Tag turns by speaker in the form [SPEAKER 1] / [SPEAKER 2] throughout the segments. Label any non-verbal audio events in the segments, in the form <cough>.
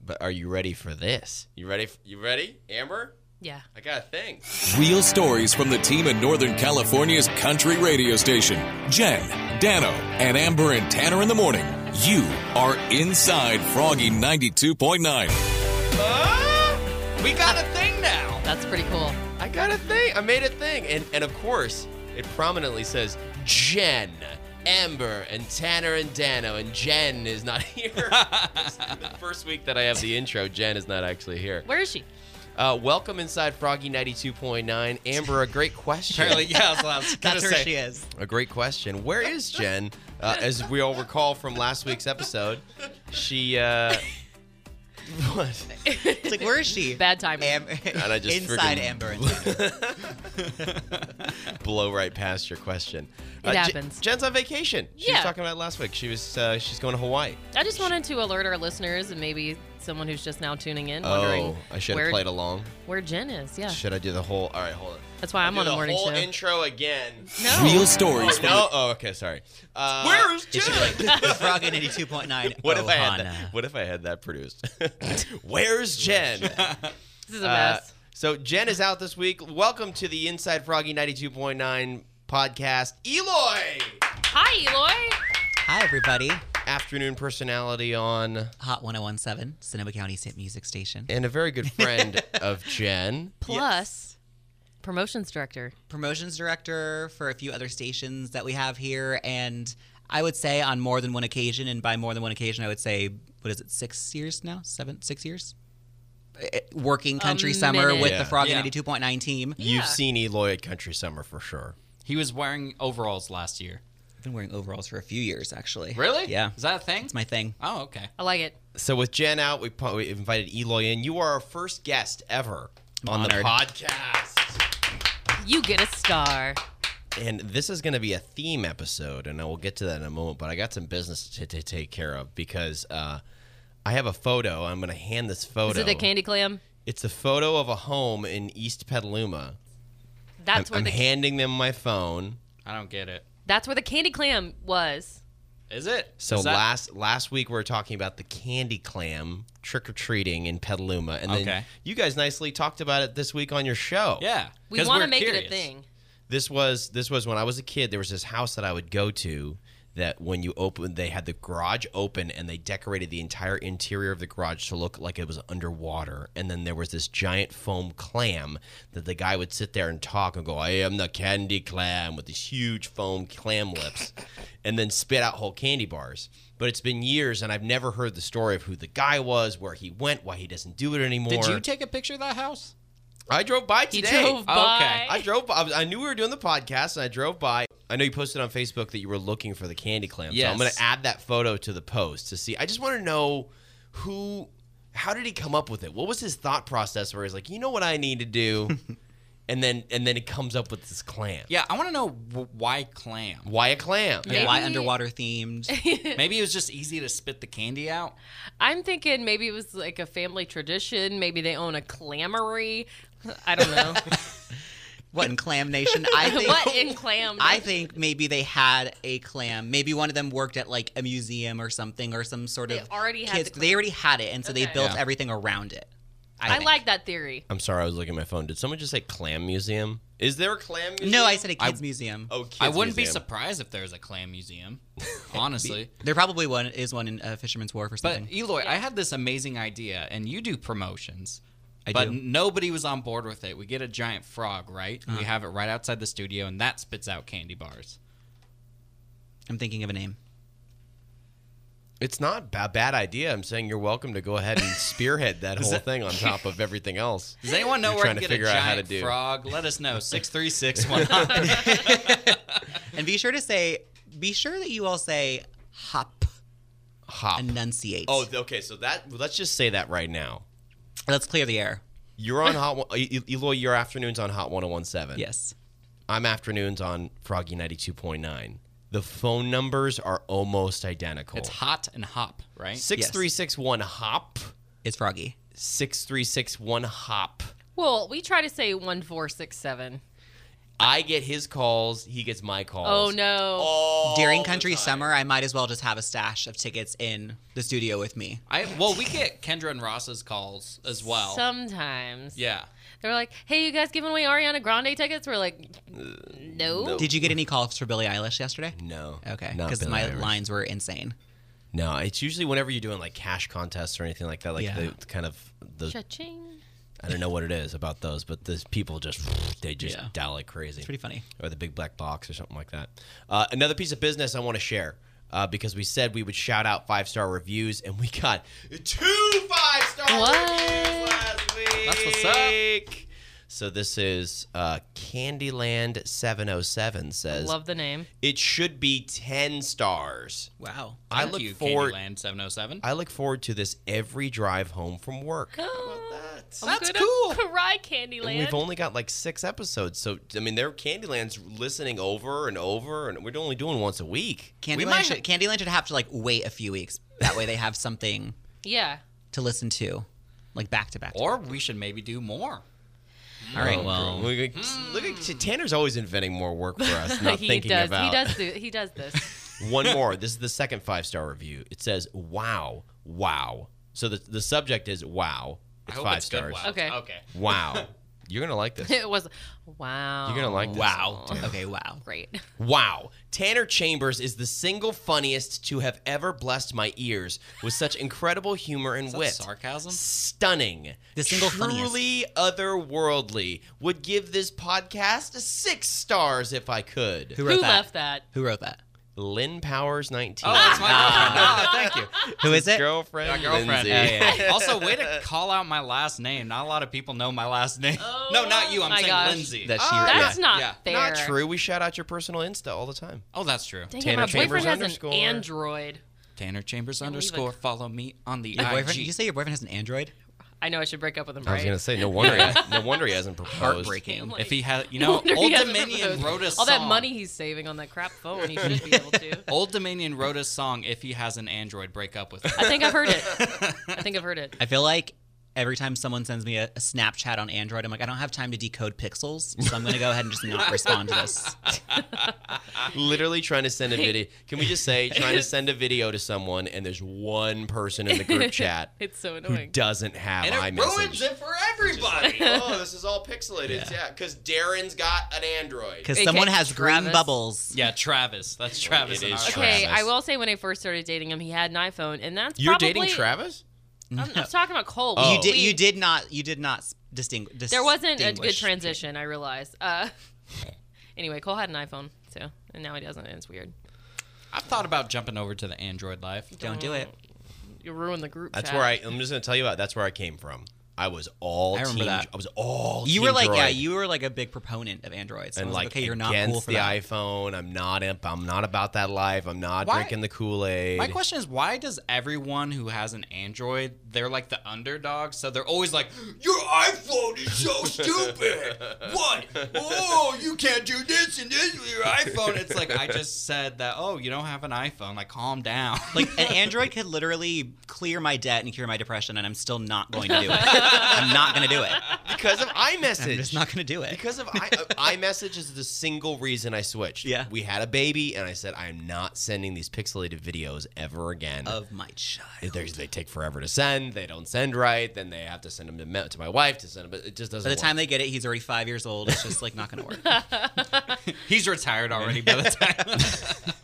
[SPEAKER 1] but are you ready for this?
[SPEAKER 2] You ready? f- You ready, Amber?
[SPEAKER 3] Yeah.
[SPEAKER 2] I got a thing.
[SPEAKER 4] Real stories from the team at Northern California's country radio station. Jen, Dano, and Amber and Tanner in the morning. You are inside Froggy 92.9.
[SPEAKER 2] we got a thing now.
[SPEAKER 3] That's pretty cool.
[SPEAKER 2] I got a thing. I made a thing. And and of course, it prominently says Jen, Amber, and Tanner and Dano, and Jen is not
[SPEAKER 1] <laughs>
[SPEAKER 2] <laughs> here. This is the first week that I have the intro, Jen is not actually here.
[SPEAKER 3] Where is she?
[SPEAKER 2] Uh, welcome inside Froggy 92.9. Amber, a great question.
[SPEAKER 1] Apparently, yeah, I was,
[SPEAKER 2] <laughs>
[SPEAKER 1] I was gonna
[SPEAKER 5] That's where
[SPEAKER 1] say.
[SPEAKER 5] she is.
[SPEAKER 2] A great question. Where is Jen? Uh, as we all recall from last week's episode, she. Uh, <laughs> what?
[SPEAKER 5] It's like, where is she?
[SPEAKER 3] Bad timing.
[SPEAKER 5] Am-
[SPEAKER 2] And I
[SPEAKER 5] <laughs>
[SPEAKER 2] just
[SPEAKER 5] inside
[SPEAKER 2] friggin-
[SPEAKER 5] Amber.
[SPEAKER 2] <laughs>
[SPEAKER 5] And Tanner.
[SPEAKER 2] blow right past your question.
[SPEAKER 3] It
[SPEAKER 2] Je-
[SPEAKER 3] happens.
[SPEAKER 2] Jen's on vacation. She was
[SPEAKER 3] Yeah.
[SPEAKER 2] talking about it last week. She was uh, she's going to Hawaii.
[SPEAKER 3] I just wanted to alert our listeners and maybe someone who's just now tuning in, wondering
[SPEAKER 2] oh, I should have
[SPEAKER 3] where,
[SPEAKER 2] played along.
[SPEAKER 3] where Jen is. Yeah,
[SPEAKER 2] Should I do the whole? All right, hold on.
[SPEAKER 3] that's why I'm
[SPEAKER 2] Do
[SPEAKER 3] on a
[SPEAKER 2] the
[SPEAKER 3] morning
[SPEAKER 2] whole
[SPEAKER 3] show.
[SPEAKER 2] intro again.
[SPEAKER 3] no,
[SPEAKER 4] Real stories from
[SPEAKER 2] No. Oh, okay. Sorry. Uh,
[SPEAKER 1] Where is Jen?
[SPEAKER 5] Frog in 82.9.
[SPEAKER 2] <laughs> What if I had
[SPEAKER 5] Ohana.
[SPEAKER 2] that? What if I had that produced? <laughs> Where's
[SPEAKER 3] <laughs>
[SPEAKER 2] Jen?
[SPEAKER 3] this is a
[SPEAKER 2] Uh,
[SPEAKER 3] mess.
[SPEAKER 2] so Jen is out this week. Welcome to the Inside Froggy 92.9 podcast. Eloy,
[SPEAKER 3] Hi, Eloy.
[SPEAKER 5] Hi, everybody.
[SPEAKER 2] afternoon personality on
[SPEAKER 5] Hot 1017, Sonoma County Sint Music Station.
[SPEAKER 2] and a very good
[SPEAKER 3] <laughs>
[SPEAKER 2] friend of Jen.
[SPEAKER 3] Plus, promotions director.
[SPEAKER 5] Promotions director for a few other stations that we have here. And I would say on more than one occasion, and by more than one occasion, I would say, what is it, six years now? Seven, six years? Eh, Working country summer
[SPEAKER 3] minute.
[SPEAKER 5] with
[SPEAKER 2] Yeah.
[SPEAKER 5] the Frog in
[SPEAKER 6] Yeah.
[SPEAKER 5] 92.9 team.
[SPEAKER 2] You've seen Eloy at Country Summer for sure.
[SPEAKER 6] He was wearing overalls last year.
[SPEAKER 5] I've been wearing overalls for a few years, actually.
[SPEAKER 2] Really?
[SPEAKER 5] Yeah.
[SPEAKER 6] Is that a thing?
[SPEAKER 5] It's my thing.
[SPEAKER 6] oh, okay.
[SPEAKER 3] I like it.
[SPEAKER 2] So with Jen out, we, pu- we invited Eloy in. You are our first guest ever on the
[SPEAKER 5] honored.
[SPEAKER 2] podcast.
[SPEAKER 3] You get a star.
[SPEAKER 2] And this is going to be a theme episode, and I will get to that in a moment. But I got some business to, to take care of because uh, I have a photo. I'm going to hand this photo.
[SPEAKER 3] Is it the candy clam?
[SPEAKER 2] It's a photo of a home in East Petaluma. I'm,
[SPEAKER 3] That's where
[SPEAKER 2] I'm
[SPEAKER 3] the
[SPEAKER 2] handing them my phone.
[SPEAKER 6] I don't get it.
[SPEAKER 3] that's where the candy clam was.
[SPEAKER 6] Is it?
[SPEAKER 2] So
[SPEAKER 6] Is that-
[SPEAKER 2] last last week we were talking about the candy clam trick or treating in Petaluma, and then
[SPEAKER 6] Okay.
[SPEAKER 2] you guys nicely talked about it this week on your show.
[SPEAKER 6] Yeah.
[SPEAKER 3] We
[SPEAKER 6] 'cause
[SPEAKER 3] want to
[SPEAKER 6] we're
[SPEAKER 3] make it a
[SPEAKER 6] curious.
[SPEAKER 3] thing.
[SPEAKER 2] this was this was when I was a kid. There was this house that I would go to that when you open, they had the garage open and they decorated the entire interior of the garage to look like it was underwater. And then there was this giant foam clam that the guy would sit there and talk and go, "I am the candy clam" with these huge foam clam
[SPEAKER 6] <laughs>
[SPEAKER 2] lips, and then spit out whole candy bars. But it's been years, and I've never heard the story of who the guy was, where he went, why he doesn't do it anymore.
[SPEAKER 6] Did you take a picture of that house?
[SPEAKER 2] I drove by
[SPEAKER 3] He
[SPEAKER 2] today. Oh,
[SPEAKER 3] drove by.
[SPEAKER 2] I drove. by. I, was- I knew we were doing the podcast, and I drove by. I know you posted on Facebook that you were looking for the candy clam. So I'm
[SPEAKER 6] Yes.
[SPEAKER 2] going to add that photo to the post to see. I just want to know who, how did he come up with it? What was his thought process? Where he's like, you know what I need to do, and then and then it comes up with this clam.
[SPEAKER 6] Yeah, I want to know w- why clam.
[SPEAKER 2] Why a clam?
[SPEAKER 3] Yeah.
[SPEAKER 5] Why
[SPEAKER 3] Maybe- <laughs>
[SPEAKER 5] underwater themed?
[SPEAKER 6] Maybe it was just easy to spit the candy out.
[SPEAKER 3] I'm thinking maybe it was like a family tradition. Maybe they own a clamory. I
[SPEAKER 2] <laughs>
[SPEAKER 3] don't know.
[SPEAKER 5] What in Clam Nation? I
[SPEAKER 3] <laughs>
[SPEAKER 5] think
[SPEAKER 3] what in clam?
[SPEAKER 5] I think maybe they had a clam. Maybe one of them worked at like a museum or something or some sort
[SPEAKER 3] They
[SPEAKER 5] of
[SPEAKER 3] already had
[SPEAKER 5] kids-
[SPEAKER 3] the
[SPEAKER 5] they already had it and so
[SPEAKER 3] Okay.
[SPEAKER 5] they built
[SPEAKER 6] Yeah.
[SPEAKER 5] everything around it.
[SPEAKER 3] I
[SPEAKER 5] think.
[SPEAKER 3] like that theory.
[SPEAKER 2] I'm sorry, I was looking at my phone. Did someone just say clam museum? Is there a clam museum?
[SPEAKER 5] No, I said a kids museum.
[SPEAKER 2] Oh, kids
[SPEAKER 6] I wouldn't be
[SPEAKER 2] museum.
[SPEAKER 6] surprised if there's a
[SPEAKER 2] <laughs>
[SPEAKER 6] clam museum, honestly.
[SPEAKER 5] There probably one is one in uh, Fisherman's Wharf or
[SPEAKER 6] But
[SPEAKER 5] something.
[SPEAKER 6] Eloy, I had this amazing idea, and you do promotions.
[SPEAKER 5] I
[SPEAKER 6] but
[SPEAKER 5] do.
[SPEAKER 6] nobody was on board with it. We get a giant frog, right?
[SPEAKER 2] Uh-huh.
[SPEAKER 6] We have it right outside the studio, and that spits out candy bars.
[SPEAKER 5] I'm thinking of a name.
[SPEAKER 2] It's not a ba- bad idea. I'm saying you're welcome to go ahead and spearhead that whole thing on top of everything else.
[SPEAKER 6] Does anyone know
[SPEAKER 2] You're
[SPEAKER 6] where I
[SPEAKER 2] trying
[SPEAKER 6] can
[SPEAKER 2] to
[SPEAKER 6] get
[SPEAKER 2] figure
[SPEAKER 6] a
[SPEAKER 2] out
[SPEAKER 6] giant
[SPEAKER 2] how to do.
[SPEAKER 6] frog? Let us
[SPEAKER 2] <laughs>
[SPEAKER 6] know. Six three six one nine.
[SPEAKER 5] And be sure to say be sure that you all say hop
[SPEAKER 2] Hop.
[SPEAKER 5] enunciate.
[SPEAKER 2] Oh, th- okay. So that let's just say that right now.
[SPEAKER 5] let's clear the air.
[SPEAKER 2] You're on Hot. One- E- E- Eloy, your afternoons on Hot 1017.
[SPEAKER 5] Yes.
[SPEAKER 2] I'm afternoons on Froggy 92.9. The phone numbers are almost identical.
[SPEAKER 6] It's hot and hop, right?
[SPEAKER 2] 6361 hop.
[SPEAKER 5] It's froggy.
[SPEAKER 2] 6361 hop.
[SPEAKER 3] Well, we try to say one four six seven.
[SPEAKER 2] I get his calls. He gets my calls.
[SPEAKER 3] Oh no.
[SPEAKER 2] All
[SPEAKER 5] During
[SPEAKER 2] the
[SPEAKER 5] country
[SPEAKER 2] time.
[SPEAKER 5] summer, I might as well just have a stash of tickets in the studio with me.
[SPEAKER 6] I well, we get Kendra and Ross's calls as well.
[SPEAKER 3] Sometimes.
[SPEAKER 6] yeah.
[SPEAKER 3] They're like, "Hey, you guys giving away Ariana Grande tickets?" We're like,
[SPEAKER 2] Uh,
[SPEAKER 3] "No."
[SPEAKER 5] Did you get any calls for Billie Eilish yesterday?
[SPEAKER 2] No.
[SPEAKER 5] Okay,
[SPEAKER 2] not
[SPEAKER 5] because
[SPEAKER 2] Billie
[SPEAKER 5] my
[SPEAKER 2] Eilish.
[SPEAKER 5] lines were insane.
[SPEAKER 2] No, it's usually whenever you're doing like cash contests or anything like that. Like
[SPEAKER 5] Yeah.
[SPEAKER 2] the, the kind of the
[SPEAKER 3] Cha-ching.
[SPEAKER 2] I don't know what it is about those, but the people just they just
[SPEAKER 5] Yeah.
[SPEAKER 2] dial like crazy.
[SPEAKER 5] Pretty funny.
[SPEAKER 2] or the big black box or something like that. Uh, another piece of business I want to share uh, because we said we would shout out five star reviews, and we got two five star
[SPEAKER 3] What?
[SPEAKER 2] reviews last week.
[SPEAKER 6] That's what's up.
[SPEAKER 2] So this is uh, Candyland seven oh seven says
[SPEAKER 3] Love the name.
[SPEAKER 2] it should be ten stars.
[SPEAKER 5] Wow.
[SPEAKER 2] I
[SPEAKER 6] Thank
[SPEAKER 2] look
[SPEAKER 6] you,
[SPEAKER 2] forward.
[SPEAKER 6] Candyland 707.
[SPEAKER 2] I look forward to this every drive home from
[SPEAKER 3] <gasps>
[SPEAKER 2] work.
[SPEAKER 3] That's cool. <laughs> Cry Candyland.
[SPEAKER 2] Oh, And We've only got like six episodes, so I mean, they're Candyland's listening over and over, and we're only doing once a week.
[SPEAKER 6] We
[SPEAKER 5] Candyland
[SPEAKER 6] might
[SPEAKER 5] should,
[SPEAKER 6] have-
[SPEAKER 5] Candyland should have to like wait a few weeks. That way they have something
[SPEAKER 3] yeah.
[SPEAKER 5] to listen to, like back to back. to-
[SPEAKER 6] or we should maybe do more.
[SPEAKER 5] All right. Well,
[SPEAKER 2] Oh, Look at, look at Tanner's always inventing more work for
[SPEAKER 3] <laughs>
[SPEAKER 2] us. <laughs> Not
[SPEAKER 3] he
[SPEAKER 2] thinking
[SPEAKER 3] does.
[SPEAKER 2] about
[SPEAKER 3] He does. Do, he does this.
[SPEAKER 2] <laughs>
[SPEAKER 3] <laughs>
[SPEAKER 2] one more. This is the second five star review. It says, "Wow, wow." So the the subject is "Wow." It's
[SPEAKER 6] I hope
[SPEAKER 2] five
[SPEAKER 6] it's good
[SPEAKER 2] stars.
[SPEAKER 6] wow.
[SPEAKER 3] Okay.
[SPEAKER 6] Okay.
[SPEAKER 2] <laughs> Wow, you're gonna like
[SPEAKER 3] <laughs>
[SPEAKER 2] this.
[SPEAKER 3] it was. Wow.
[SPEAKER 2] You're gonna like this.
[SPEAKER 5] wow. Okay. Wow.
[SPEAKER 3] Great.
[SPEAKER 2] Wow, Tanner Chambers is the single funniest to have ever blessed my ears with such incredible humor and
[SPEAKER 6] that
[SPEAKER 2] wit.
[SPEAKER 3] <laughs>
[SPEAKER 6] sarcasm?
[SPEAKER 2] Stunning.
[SPEAKER 5] The single funniest.
[SPEAKER 2] Truly otherworldly. Would give this podcast six stars if I could.
[SPEAKER 5] Who
[SPEAKER 3] <laughs>
[SPEAKER 5] wrote
[SPEAKER 3] Who
[SPEAKER 5] that?
[SPEAKER 3] left that?
[SPEAKER 5] Who wrote that?
[SPEAKER 2] Lynn Powers 19.
[SPEAKER 6] Oh, that's my girlfriend. No, <laughs> thank you.
[SPEAKER 5] Who is it?
[SPEAKER 2] girlfriend.
[SPEAKER 6] My girlfriend.
[SPEAKER 2] Lindsay.
[SPEAKER 6] also, way to call out my last name. Not a lot of people know my last name. <laughs>
[SPEAKER 3] Oh,
[SPEAKER 6] no, not you. I'm
[SPEAKER 3] my
[SPEAKER 6] saying
[SPEAKER 3] gosh.
[SPEAKER 6] Lindsay.
[SPEAKER 2] That she-
[SPEAKER 3] That's
[SPEAKER 2] yeah.
[SPEAKER 3] not
[SPEAKER 6] yeah.
[SPEAKER 3] fair.
[SPEAKER 2] Not true. We shout out your personal Insta all the time.
[SPEAKER 6] oh, that's true.
[SPEAKER 3] Dang it,
[SPEAKER 2] Tanner
[SPEAKER 3] my
[SPEAKER 2] Chambers
[SPEAKER 3] boyfriend has
[SPEAKER 2] underscore.
[SPEAKER 3] an Android.
[SPEAKER 6] Tanner Chambers
[SPEAKER 3] leave
[SPEAKER 6] underscore
[SPEAKER 3] a-
[SPEAKER 6] follow me on the
[SPEAKER 5] Your boyfriend?
[SPEAKER 6] IG.
[SPEAKER 5] Did you say your boyfriend has an Android?
[SPEAKER 3] I know I should break up with him, right?
[SPEAKER 2] say no <laughs> wonder he, no wonder he hasn't proposed.
[SPEAKER 5] Heartbreaking.
[SPEAKER 3] Like,
[SPEAKER 6] if he had,
[SPEAKER 3] <laughs>
[SPEAKER 6] you
[SPEAKER 3] no
[SPEAKER 6] know,
[SPEAKER 3] wonder he
[SPEAKER 6] Old
[SPEAKER 3] hasn't
[SPEAKER 6] Dominion
[SPEAKER 3] proposed.
[SPEAKER 6] wrote a song.
[SPEAKER 3] all that money <laughs> he's saving on that crap phone, he should be able to.
[SPEAKER 6] Old Dominion wrote a song. If he has an Android, break
[SPEAKER 2] <laughs>
[SPEAKER 6] up with
[SPEAKER 3] I
[SPEAKER 6] him.
[SPEAKER 3] think I've heard it. I think I've heard it.
[SPEAKER 5] I feel like every time someone sends me a, a Snapchat on Android, I'm like, I don't have time to decode pixels, so I'm gonna go ahead and just not respond
[SPEAKER 3] <laughs>
[SPEAKER 5] to this.
[SPEAKER 2] Literally trying to send a video. Can we just
[SPEAKER 3] <laughs>
[SPEAKER 2] say trying to send a video to someone and there's one person in the group
[SPEAKER 3] <laughs>
[SPEAKER 2] chat
[SPEAKER 3] It's so
[SPEAKER 2] who
[SPEAKER 3] annoying.
[SPEAKER 2] doesn't have
[SPEAKER 6] and it
[SPEAKER 2] iMessage.
[SPEAKER 6] ruins it for
[SPEAKER 2] <laughs>
[SPEAKER 6] everybody.
[SPEAKER 2] oh, this is all pixelated. Yeah, because Darren's got an Android.
[SPEAKER 5] Because
[SPEAKER 3] Okay,
[SPEAKER 5] someone has green
[SPEAKER 3] Travis.
[SPEAKER 5] bubbles.
[SPEAKER 6] yeah, Travis. That's Travis.
[SPEAKER 2] It
[SPEAKER 6] in
[SPEAKER 2] is
[SPEAKER 6] our-
[SPEAKER 2] Travis.
[SPEAKER 3] Okay, I will say when I first started dating him, he had an iPhone, and that's
[SPEAKER 2] You're
[SPEAKER 3] probably,
[SPEAKER 2] dating Travis?
[SPEAKER 3] I'm,
[SPEAKER 2] <laughs>
[SPEAKER 3] I'm talking about Cole.
[SPEAKER 2] Oh.
[SPEAKER 5] You did.
[SPEAKER 3] We-
[SPEAKER 5] You did not. You did not distinguish.
[SPEAKER 3] There wasn't a good transition. I realized. Uh, <laughs> anyway, Cole had an iPhone, so and now he doesn't, and it's weird.
[SPEAKER 6] I've thought about jumping over to the Android life.
[SPEAKER 5] Don't do
[SPEAKER 2] Oh.
[SPEAKER 5] it.
[SPEAKER 3] You ruin the group.
[SPEAKER 2] That's
[SPEAKER 3] chat.
[SPEAKER 2] where I. I'm just gonna tell you about. That's where I came from. I was all.
[SPEAKER 5] I remember
[SPEAKER 2] team,
[SPEAKER 5] that.
[SPEAKER 2] I was all.
[SPEAKER 5] You
[SPEAKER 2] team
[SPEAKER 5] were like, yeah,
[SPEAKER 2] Droid.
[SPEAKER 5] you were like a big proponent of androids. So I
[SPEAKER 2] and
[SPEAKER 5] was
[SPEAKER 2] like,
[SPEAKER 5] okay, you're not
[SPEAKER 2] against
[SPEAKER 5] cool for
[SPEAKER 2] the
[SPEAKER 5] that.
[SPEAKER 2] iPhone. I'm not. imp- I'm not about that life. I'm not
[SPEAKER 6] Why-
[SPEAKER 2] drinking the Kool Aid. <laughs>
[SPEAKER 6] My question is, why does everyone who has an Android, they're like the underdog, so they're always like, "Your iPhone is so stupid. What? Oh, you can't do this and this with your iPhone." It's like I just said that. Oh, you don't have an iPhone. Like, calm down.
[SPEAKER 5] <laughs>
[SPEAKER 6] <laughs>
[SPEAKER 5] Like an android could literally clear my debt and cure my depression, and I'm still not going to do it. I'm not going to do it.
[SPEAKER 2] because of iMessage.
[SPEAKER 5] <laughs> I'm just not going to do it.
[SPEAKER 2] because of
[SPEAKER 5] <laughs>
[SPEAKER 2] I, uh, iMessage is the single reason I switched.
[SPEAKER 5] Yeah.
[SPEAKER 2] we had a baby, and I said I am not sending these pixelated videos ever again.
[SPEAKER 5] of my child.
[SPEAKER 2] There's, they take forever to send. They don't send right. Then they have to send them to, me- to my wife to send them. But it just doesn't.
[SPEAKER 5] By the
[SPEAKER 2] work.
[SPEAKER 5] time they get it, he's already five years old. It's just like not going to work.
[SPEAKER 6] He's retired already by
[SPEAKER 5] <laughs>
[SPEAKER 6] the time.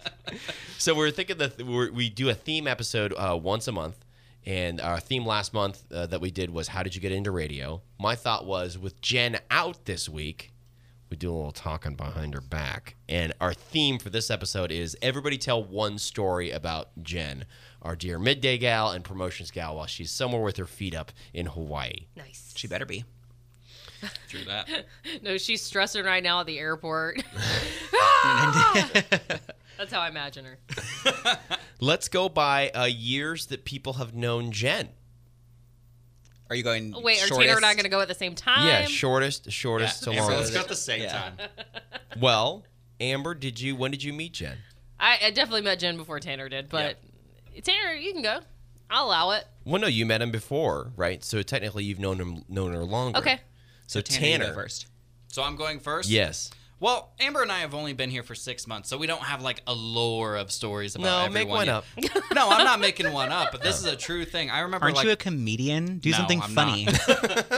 [SPEAKER 2] So we're thinking that we're, we do a theme episode uh, once a month, and our theme last month uh, that we did was how did you get into radio. My thought was with Jen out this week, we do a little talking behind her back, and our theme for this episode is everybody tell one story about Jen, our dear midday gal and promotions gal, while she's somewhere with her feet up in Hawaii.
[SPEAKER 3] Nice.
[SPEAKER 5] She better be.
[SPEAKER 6] True that.
[SPEAKER 3] <laughs> No, she's stressing right now at the
[SPEAKER 2] <laughs>
[SPEAKER 3] airport. <laughs> That's how I imagine her.
[SPEAKER 2] Let's go by uh, years that people have known Jen.
[SPEAKER 5] <laughs> Are you going?
[SPEAKER 3] Wait, are
[SPEAKER 5] shortest?
[SPEAKER 3] Tanner and I going to go at the same time?
[SPEAKER 2] Yeah, shortest, shortest
[SPEAKER 6] So
[SPEAKER 2] to
[SPEAKER 6] let's
[SPEAKER 2] longest.
[SPEAKER 6] go at the same
[SPEAKER 5] Yeah.
[SPEAKER 6] time.
[SPEAKER 2] Well, Amber, did you? When did you meet Jen?
[SPEAKER 3] I, I definitely met Jen before Tanner did, but Tanner, you can go. I'll allow it.
[SPEAKER 2] Well, no, you met him before, right? So
[SPEAKER 5] <laughs>
[SPEAKER 2] technically, you've known him, known her longer.
[SPEAKER 3] Okay.
[SPEAKER 2] So
[SPEAKER 5] Tanner, you
[SPEAKER 2] Tanner,
[SPEAKER 5] go first.
[SPEAKER 6] So I'm going first.
[SPEAKER 2] yes,
[SPEAKER 6] Well, Amber and I have only been here for six months, so we don't have like a lore of stories about
[SPEAKER 2] No, make
[SPEAKER 6] everyone.
[SPEAKER 2] one
[SPEAKER 6] yet.
[SPEAKER 2] up.
[SPEAKER 6] <laughs> no, I'm not making one up, but this is a true thing. I remember
[SPEAKER 5] Aren't
[SPEAKER 6] like
[SPEAKER 5] you a comedian? Do
[SPEAKER 6] No,
[SPEAKER 5] something
[SPEAKER 6] I'm
[SPEAKER 5] funny.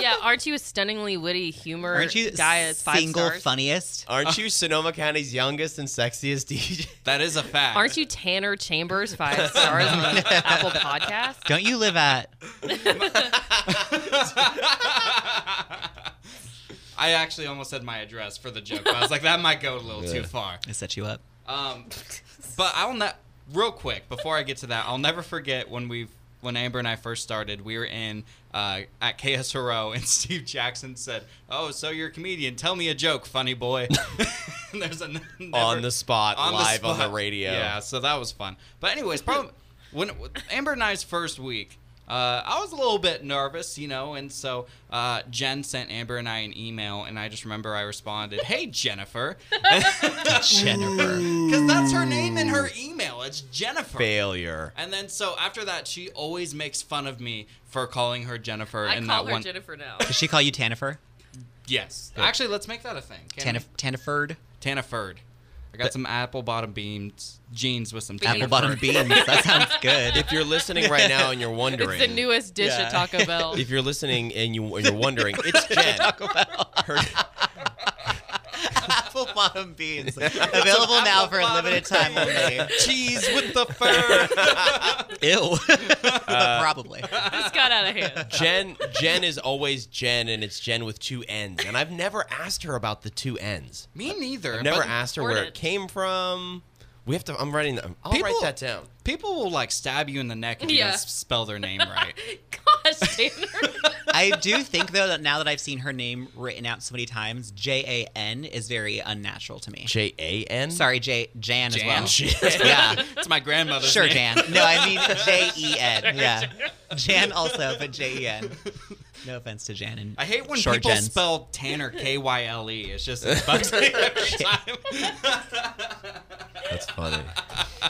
[SPEAKER 3] yeah, aren't you a stunningly witty humor
[SPEAKER 5] <laughs> Aren't you
[SPEAKER 3] guy at five
[SPEAKER 5] single
[SPEAKER 3] stars?
[SPEAKER 5] funniest?
[SPEAKER 2] Aren't you Sonoma County's youngest and sexiest <laughs> DJ?
[SPEAKER 6] that is a fact.
[SPEAKER 3] Aren't you Tanner Chambers five stars
[SPEAKER 5] <laughs>
[SPEAKER 3] on Apple Podcast?
[SPEAKER 5] Don't you live at?
[SPEAKER 6] I actually almost said my address for the joke. But I was like, that might go a little too far.
[SPEAKER 5] I set you up.
[SPEAKER 6] Um, but I'll not. Real quick, before I get to that, I'll never forget when we when Amber and I first started. We were in uh, at KSRO, <laughs> and Steve Jackson said, "Oh, so you're a comedian? Tell me a joke, funny boy." <laughs> And There's a n- never-
[SPEAKER 2] on the spot,
[SPEAKER 6] on the
[SPEAKER 2] live on the
[SPEAKER 6] spot.
[SPEAKER 2] radio.
[SPEAKER 6] Yeah, so that was fun. But anyways, probably when Amber and I's first week, uh, I was a little bit nervous, you know, and so uh, Jen sent Amber and I an email, and I just remember I responded,
[SPEAKER 2] <laughs>
[SPEAKER 6] "Hey Jennifer," <laughs>
[SPEAKER 5] Jennifer.
[SPEAKER 6] because that's her name in her email. It's Jennifer. <laughs>
[SPEAKER 2] Failure.
[SPEAKER 6] And then so after that, she always makes fun of me for calling her Jennifer.
[SPEAKER 3] I
[SPEAKER 6] and
[SPEAKER 3] call
[SPEAKER 6] that
[SPEAKER 3] her
[SPEAKER 6] one,
[SPEAKER 3] Jennifer now.
[SPEAKER 5] Does she call you Tanifer?
[SPEAKER 6] Yes, actually, let's make that a thing. Can
[SPEAKER 5] Tanif- Taniford?
[SPEAKER 6] Taniferd. I got some apple bottom beans jeans with some
[SPEAKER 5] Apple bottom
[SPEAKER 2] <laughs>
[SPEAKER 6] Taniferd.
[SPEAKER 5] beans. That sounds good.
[SPEAKER 2] If you're listening right now and you're wondering,
[SPEAKER 3] It's the newest dish at Taco
[SPEAKER 5] <laughs>
[SPEAKER 3] Bell.
[SPEAKER 2] if you're listening and, you, and you're wondering, it's Jen. Her,
[SPEAKER 5] Apple bottom <laughs> beans. Available now for a limited time only. <laughs>
[SPEAKER 6] cheese with the fur.
[SPEAKER 5] Ew.
[SPEAKER 6] Uh,
[SPEAKER 5] Probably.
[SPEAKER 3] this got out of
[SPEAKER 5] <laughs>
[SPEAKER 3] hand.
[SPEAKER 2] Jen Jen is always Jen, and it's Jen with two N's. And I've never asked her about the two N's.
[SPEAKER 6] Me neither.
[SPEAKER 2] I've never
[SPEAKER 6] but
[SPEAKER 2] asked her
[SPEAKER 3] Word
[SPEAKER 2] where
[SPEAKER 3] it.
[SPEAKER 2] it came from. We have to. I'm writing that. I'll write
[SPEAKER 6] People-
[SPEAKER 2] that down.
[SPEAKER 6] People will like stab you in the neck if you
[SPEAKER 3] Yeah.
[SPEAKER 6] don't s- spell their name right.
[SPEAKER 3] Gosh, Tanner.
[SPEAKER 5] I do think though that now that I've seen her name written out so many times, J A N is very unnatural to me.
[SPEAKER 2] J A N.
[SPEAKER 5] Sorry, J Jan,
[SPEAKER 6] Jan?
[SPEAKER 5] as well.
[SPEAKER 2] Jan.
[SPEAKER 6] <laughs>
[SPEAKER 5] yeah.
[SPEAKER 6] Uh, it's my grandmother's
[SPEAKER 5] Sure,
[SPEAKER 6] name.
[SPEAKER 5] Jan. No, I mean J E N. Yeah. <laughs> Jan also, but J E N. No offense to Jan and
[SPEAKER 6] I hate when
[SPEAKER 5] Short
[SPEAKER 6] people
[SPEAKER 5] Jens.
[SPEAKER 6] spell Tanner K Y L E.
[SPEAKER 5] <laughs>
[SPEAKER 6] It's just it bugs me every time.
[SPEAKER 2] That's funny.
[SPEAKER 3] <laughs>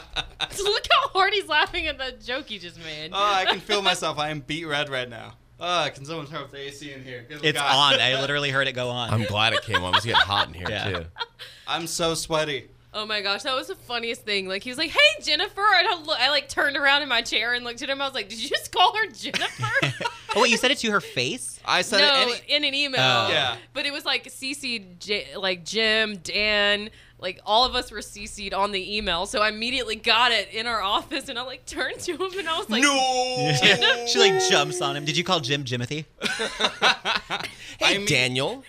[SPEAKER 3] Look how hard he's laughing at that joke you just made.
[SPEAKER 6] <laughs> Oh, I can feel myself. I am beat red right now. Oh, can someone turn up the AC in here? Good
[SPEAKER 5] it's
[SPEAKER 6] God.
[SPEAKER 5] on. I literally heard it go on.
[SPEAKER 2] I'm glad it came on. It's getting hot in here
[SPEAKER 5] Yeah.
[SPEAKER 2] too.
[SPEAKER 6] <laughs> I'm so sweaty.
[SPEAKER 3] oh my gosh, that was the funniest thing. Like he was like, "Hey, Jennifer," and I, lo- I like turned around in my chair and looked at him. I was like, "Did you just call her Jennifer?"
[SPEAKER 5] oh wait, you said it to her face?
[SPEAKER 6] I said
[SPEAKER 3] no,
[SPEAKER 6] it any.
[SPEAKER 3] in an email.
[SPEAKER 5] Oh.
[SPEAKER 6] Yeah.
[SPEAKER 3] But it was like CC, J- like Jim, Dan, like all of us were CC'd on the email. So I immediately got it in our office and I like turned to him and I was like,
[SPEAKER 6] no.
[SPEAKER 5] <laughs> she like jumps on him. Did you call Jim Jimothy?
[SPEAKER 6] I
[SPEAKER 2] Hey,
[SPEAKER 6] mean-
[SPEAKER 2] Daniel.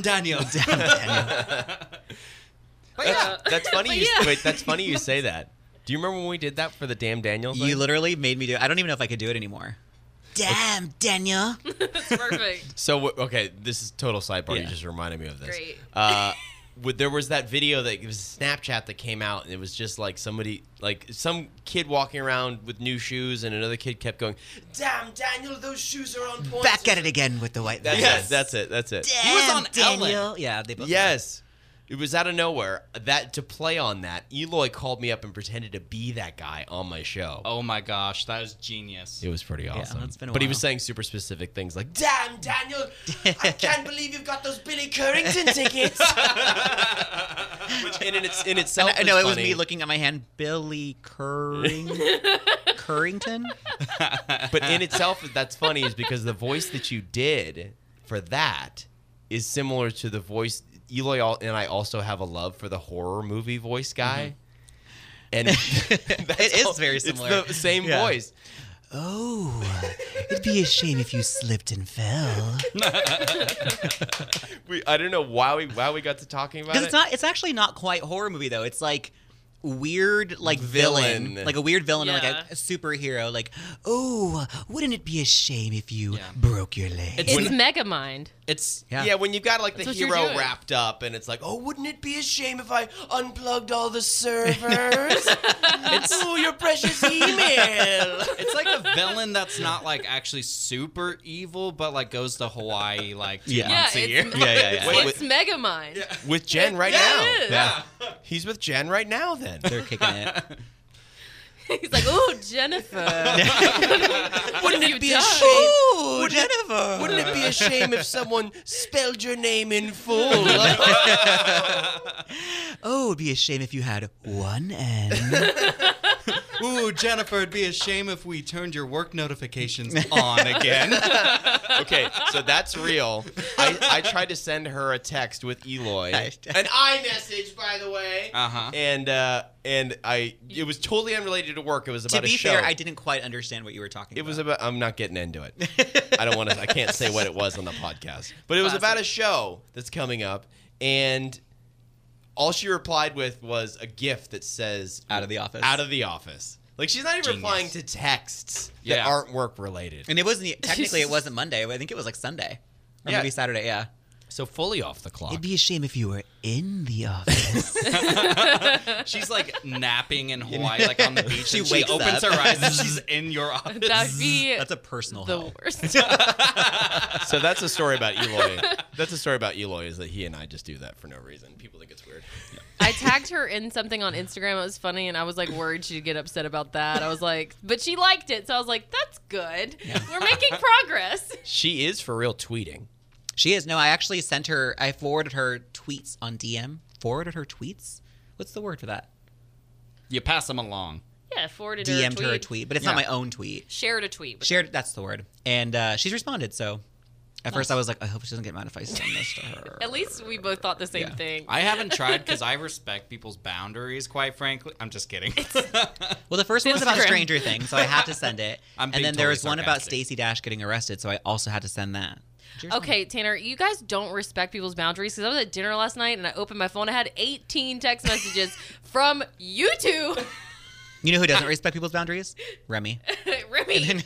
[SPEAKER 5] <laughs>
[SPEAKER 6] Daniel. uh, But yeah,
[SPEAKER 2] <laughs> That's funny.
[SPEAKER 3] But
[SPEAKER 2] You,
[SPEAKER 3] yeah.
[SPEAKER 2] Wait, that's funny you say that. Do you remember when we did that for the damn Daniel? Thing?
[SPEAKER 5] You literally made me do it. I don't even know if I could do it anymore. Damn, Daniel.
[SPEAKER 3] "That's perfect."
[SPEAKER 2] So w- okay, this is total sidebar. You
[SPEAKER 5] Yeah.
[SPEAKER 2] just reminded me of this.
[SPEAKER 3] Great.
[SPEAKER 2] Uh, with, there was that video that it was Snapchat that came out, and it was just like somebody, like some kid walking around with new shoes, and another kid kept going, "Damn, Daniel, those shoes are on point."
[SPEAKER 5] Back at it again with the white.
[SPEAKER 2] That's
[SPEAKER 5] man.
[SPEAKER 2] it. That's it. That's it.
[SPEAKER 5] Damn,
[SPEAKER 6] He was on Ellen.
[SPEAKER 5] Daniel. Yeah, they both.
[SPEAKER 2] Yes. It was out of nowhere. That to play on that, Eloy called me up and pretended to be that guy on my show.
[SPEAKER 6] Oh my gosh, that is genius.
[SPEAKER 2] It was pretty awesome.
[SPEAKER 5] it's been a
[SPEAKER 2] but he
[SPEAKER 5] while.
[SPEAKER 2] was saying super specific things like, "Damn, Daniel, <laughs> I can't believe you've got those Billy <laughs> Currington tickets." Which in, its in itself,
[SPEAKER 5] I
[SPEAKER 2] is
[SPEAKER 5] know it was
[SPEAKER 2] funny,
[SPEAKER 5] me looking at my hand. Billy Curring <laughs> Currington.
[SPEAKER 2] But <laughs> in itself, that's funny is because the voice that you did for that is similar to the voice Eloy al- and I also have a love for the horror movie voice guy. And <laughs>
[SPEAKER 5] It is very similar.
[SPEAKER 2] It's the same
[SPEAKER 5] Yeah.
[SPEAKER 2] voice.
[SPEAKER 5] Oh, it'd be a shame if you slipped and fell.
[SPEAKER 2] We, I don't know why we why we got to talking about it.
[SPEAKER 5] Because it's not. It's actually not quite horror movie though. It's like weird, like villain,
[SPEAKER 2] Villain.
[SPEAKER 5] like a weird villain, and
[SPEAKER 3] Yeah.
[SPEAKER 5] like a, a superhero. Like, oh, wouldn't it be a shame if you
[SPEAKER 6] Yeah.
[SPEAKER 5] broke your leg?
[SPEAKER 6] It's-
[SPEAKER 3] It's Mega Mind.
[SPEAKER 6] It's
[SPEAKER 5] Yeah.
[SPEAKER 2] Yeah. when you've got like the
[SPEAKER 3] That's what you're
[SPEAKER 2] hero
[SPEAKER 3] doing.
[SPEAKER 2] wrapped up and it's like, oh, wouldn't it be a shame if I unplugged all the servers? it's oh, your precious email.
[SPEAKER 6] it's like
[SPEAKER 3] <laughs>
[SPEAKER 6] a villain that's not like actually super evil, but like goes to Hawaii like two
[SPEAKER 5] Yeah.
[SPEAKER 3] Yeah,
[SPEAKER 6] months a
[SPEAKER 3] it's,
[SPEAKER 6] year.
[SPEAKER 2] Yeah, yeah, yeah. Wait,
[SPEAKER 3] it's Mega Mind.
[SPEAKER 2] With Jen right
[SPEAKER 3] Yeah,
[SPEAKER 2] now.
[SPEAKER 3] it <laughs> is.
[SPEAKER 2] He's with Jen right now then.
[SPEAKER 5] <laughs> They're kicking it.
[SPEAKER 2] <laughs>
[SPEAKER 3] He's like, "Oh, Jennifer, wouldn't it
[SPEAKER 2] be a
[SPEAKER 5] <laughs> Ooh, Jennifer.
[SPEAKER 2] Wouldn't it be a shame if someone spelled your name in full? Like,
[SPEAKER 5] Oh, it'd be a shame if you had one N.
[SPEAKER 6] Ooh, Jennifer, it'd be a shame if we turned your work notifications on
[SPEAKER 5] <laughs>
[SPEAKER 6] again.
[SPEAKER 2] <laughs> okay, so that's real. I, I tried to send her a text with Eloy,
[SPEAKER 5] <laughs> Nice.
[SPEAKER 2] an iMessage, by the way.
[SPEAKER 6] Uh
[SPEAKER 5] Uh-huh.
[SPEAKER 6] huh.
[SPEAKER 2] And uh, and I, it was totally unrelated to work. It was about
[SPEAKER 5] to
[SPEAKER 2] a
[SPEAKER 5] be
[SPEAKER 2] show.
[SPEAKER 5] fair, I didn't quite understand what you were talking
[SPEAKER 2] It
[SPEAKER 5] about.
[SPEAKER 2] was about. I'm not getting into it. I don't want to. I can't say what it was on the podcast. But it was
[SPEAKER 5] Classic.
[SPEAKER 2] about a show that's coming up, and all she replied with was a gift that says
[SPEAKER 5] Out of the office.
[SPEAKER 2] Out of the office. Like she's not even replying to texts that
[SPEAKER 6] Yeah.
[SPEAKER 2] aren't work related.
[SPEAKER 5] and it wasn't
[SPEAKER 6] <laughs>
[SPEAKER 5] e- technically it wasn't Monday. I think it was like Sunday or
[SPEAKER 2] Yeah.
[SPEAKER 5] maybe Saturday. Yeah.
[SPEAKER 2] So fully off the clock.
[SPEAKER 5] be a shame if you were in the
[SPEAKER 6] <laughs>
[SPEAKER 5] office.
[SPEAKER 6] She's like napping in Hawaii, like on the beach.
[SPEAKER 5] She
[SPEAKER 6] and she
[SPEAKER 5] wakes
[SPEAKER 6] opens
[SPEAKER 5] up.
[SPEAKER 6] her
[SPEAKER 5] <laughs>
[SPEAKER 6] eyes and she's in your office.
[SPEAKER 3] That'd be
[SPEAKER 5] That's a personal
[SPEAKER 3] the
[SPEAKER 5] hell. <laughs>
[SPEAKER 3] worst.
[SPEAKER 2] so that's a story about Eloy. That's a story about Eloy is that he and I just do that for no reason. People think it's weird.
[SPEAKER 3] I tagged her in something on Instagram. It was funny, and I was like worried she'd get upset about that. I was like, but she liked it, so I was like, that's good. We're making progress.
[SPEAKER 2] She is for real tweeting.
[SPEAKER 5] She is. No, I actually sent her. I forwarded her tweets on DM. Forwarded her tweets. What's the word for that?
[SPEAKER 6] You pass them along.
[SPEAKER 3] Yeah, forwarded her a
[SPEAKER 5] DM'd
[SPEAKER 3] tweet.
[SPEAKER 5] her a tweet, but it's not my own tweet.
[SPEAKER 3] Shared a tweet. With
[SPEAKER 5] Shared. That's the word. And uh, she's responded. So at first I was like, I hope she doesn't get mad if I send this to
[SPEAKER 6] <laughs>
[SPEAKER 5] her.
[SPEAKER 3] At least we both thought the same
[SPEAKER 5] Yeah.
[SPEAKER 3] thing.
[SPEAKER 6] I haven't tried because I respect people's boundaries, quite frankly. I'm just kidding.
[SPEAKER 5] Well, the first one was about
[SPEAKER 3] Instagram.
[SPEAKER 5] Stranger Things, so I had to send it.
[SPEAKER 6] <laughs> I'm
[SPEAKER 5] and
[SPEAKER 6] being
[SPEAKER 5] then there
[SPEAKER 6] totally
[SPEAKER 5] was one about
[SPEAKER 6] sarcastic.
[SPEAKER 5] Stacey Dash getting arrested, so I also had to send that. Did you respond?
[SPEAKER 3] Okay, Tanner, you guys don't respect people's boundaries because I was at dinner last night and I opened my phone. I had 18 text messages from you two,
[SPEAKER 5] You know who
[SPEAKER 6] <laughs>
[SPEAKER 5] doesn't respect people's boundaries? Remy.
[SPEAKER 3] <laughs> Remy.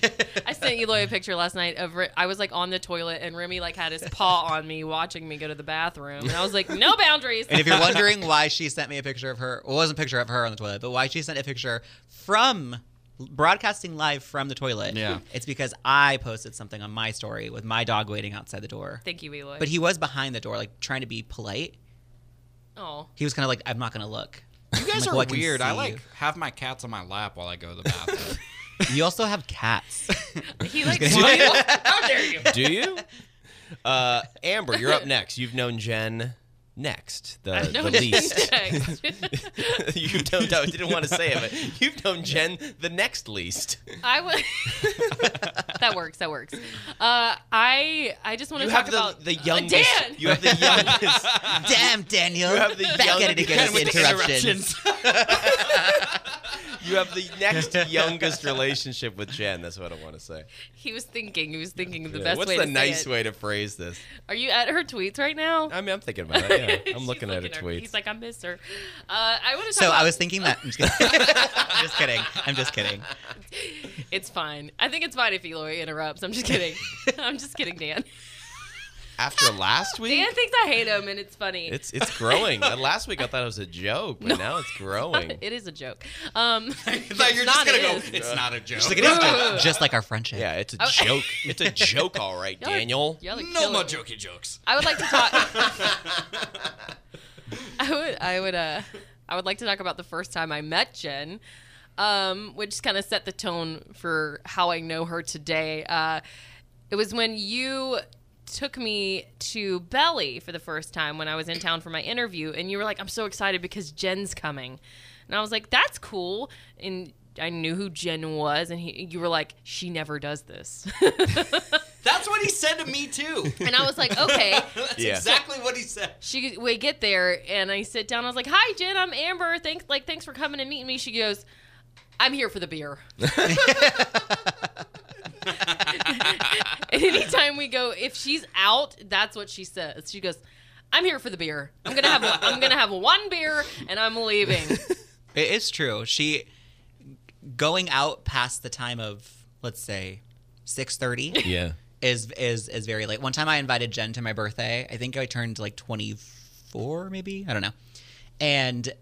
[SPEAKER 3] I sent Eloy a picture last night of Re- I was like on the toilet and Remy like had his paw on me watching me go to the bathroom, and I was like, no boundaries.
[SPEAKER 5] And if
[SPEAKER 6] <laughs>
[SPEAKER 5] you're wondering why she sent me a picture of her, well, it wasn't a picture of her on the toilet, but why she sent a picture from broadcasting live from the toilet,
[SPEAKER 6] Yeah.
[SPEAKER 5] it's because I posted something on my story with my dog waiting outside the door.
[SPEAKER 3] <laughs> Thank you, Eloy.
[SPEAKER 5] But he was behind the door, like trying to be polite.
[SPEAKER 3] oh,
[SPEAKER 5] He was kind of like, I'm not going to look.
[SPEAKER 6] You guys
[SPEAKER 5] like,
[SPEAKER 6] are
[SPEAKER 5] well, I can
[SPEAKER 6] <laughs> weird. I
[SPEAKER 5] see
[SPEAKER 6] like
[SPEAKER 5] you.
[SPEAKER 6] have my cats on my lap while I go to the
[SPEAKER 3] <laughs>
[SPEAKER 6] bathroom.
[SPEAKER 5] <laughs> You also have
[SPEAKER 6] <laughs>
[SPEAKER 5] cats.
[SPEAKER 3] he like
[SPEAKER 6] How dare you?
[SPEAKER 2] Do you? Uh, Amber, you're up next. You've known Jen next. The,
[SPEAKER 3] <laughs> no
[SPEAKER 2] Uh, the least.
[SPEAKER 3] text.
[SPEAKER 2] <laughs> you don't. I didn't want to say it, but you've known Jen the next least.
[SPEAKER 3] I would. <laughs> that works. That works. Uh, I I just want
[SPEAKER 2] You
[SPEAKER 3] to
[SPEAKER 2] have the,
[SPEAKER 3] talk about
[SPEAKER 2] the
[SPEAKER 3] uh,
[SPEAKER 2] youngest.
[SPEAKER 3] Dan.
[SPEAKER 2] You
[SPEAKER 3] <laughs>
[SPEAKER 2] have the youngest.
[SPEAKER 5] Damn, Daniel.
[SPEAKER 2] have the
[SPEAKER 5] Back
[SPEAKER 2] young-
[SPEAKER 5] at it again
[SPEAKER 2] Ken
[SPEAKER 5] with
[SPEAKER 2] with the
[SPEAKER 5] interruptions.
[SPEAKER 6] <laughs>
[SPEAKER 2] You have the next
[SPEAKER 3] <laughs>
[SPEAKER 2] youngest relationship with Jen. That's what I want to say.
[SPEAKER 3] He was thinking. He was thinking of the
[SPEAKER 2] Yeah,
[SPEAKER 3] best
[SPEAKER 2] What's
[SPEAKER 3] way
[SPEAKER 2] the
[SPEAKER 3] to
[SPEAKER 2] nice
[SPEAKER 3] say it.
[SPEAKER 2] way to phrase this?
[SPEAKER 3] Are you at her tweets right now?
[SPEAKER 2] I mean, I'm thinking about it. Yeah, I'm
[SPEAKER 3] <laughs> She's
[SPEAKER 2] looking at her
[SPEAKER 3] her.
[SPEAKER 2] tweets.
[SPEAKER 3] He's like, I miss her. Uh, I want to.
[SPEAKER 5] So
[SPEAKER 3] about,
[SPEAKER 5] I was thinking that. I'm just kidding. <laughs> I'm just kidding. I'm just kidding.
[SPEAKER 3] It's fine. I think it's fine if Eloy interrupts. I'm just <laughs> kidding. I'm just kidding, Dan.
[SPEAKER 2] After last week,
[SPEAKER 3] Dan thinks I hate him, and it's funny.
[SPEAKER 2] it's it's growing. Uh, last week I thought it was a joke, but now it's growing.
[SPEAKER 3] it is a joke. Um,
[SPEAKER 6] Like, you're just
[SPEAKER 3] not,
[SPEAKER 6] gonna
[SPEAKER 3] it
[SPEAKER 6] go.
[SPEAKER 3] is.
[SPEAKER 6] It's not a joke.
[SPEAKER 5] Just like, it is
[SPEAKER 6] <laughs>
[SPEAKER 5] just, just like our friendship.
[SPEAKER 2] Yeah, it's a joke. It's a joke, all right,
[SPEAKER 3] Y'all are-
[SPEAKER 2] Daniel.
[SPEAKER 3] y'all are
[SPEAKER 6] no
[SPEAKER 3] killing
[SPEAKER 6] more
[SPEAKER 3] me.
[SPEAKER 6] jokey jokes.
[SPEAKER 3] I would like to talk. <laughs> I would. I would. Uh, I would like to talk about the first time I met Jen, um, which kind of set the tone for how I know her today. Uh, it was when you took me to Belly for the first time when I was in town for my interview, and you were like, "I'm so excited because Jen's coming," and I was like, "That's cool," and. I knew who Jen was, and he, you were like, "She never does this," <laughs>
[SPEAKER 6] That's what he said to me too.
[SPEAKER 3] and I was like, "Okay."
[SPEAKER 6] That's
[SPEAKER 2] Yeah.
[SPEAKER 6] exactly what he said.
[SPEAKER 3] she we get there and I sit down. I was like, "Hi, Jen. I'm Amber. Thanks, like, thanks for coming and meeting me." She goes, "I'm here for the beer."
[SPEAKER 5] <laughs>
[SPEAKER 3] <laughs> and anytime we go, if she's out, that's what she says. She goes, "I'm here for the beer. I'm gonna have one- I'm gonna have one beer and I'm
[SPEAKER 5] <laughs>
[SPEAKER 3] leaving."
[SPEAKER 5] It is true. She going out past the time of let's say six thirty
[SPEAKER 2] Yeah.
[SPEAKER 5] is is is very late. One time I invited Jen to my birthday. I think I turned like twenty four, maybe I don't know. And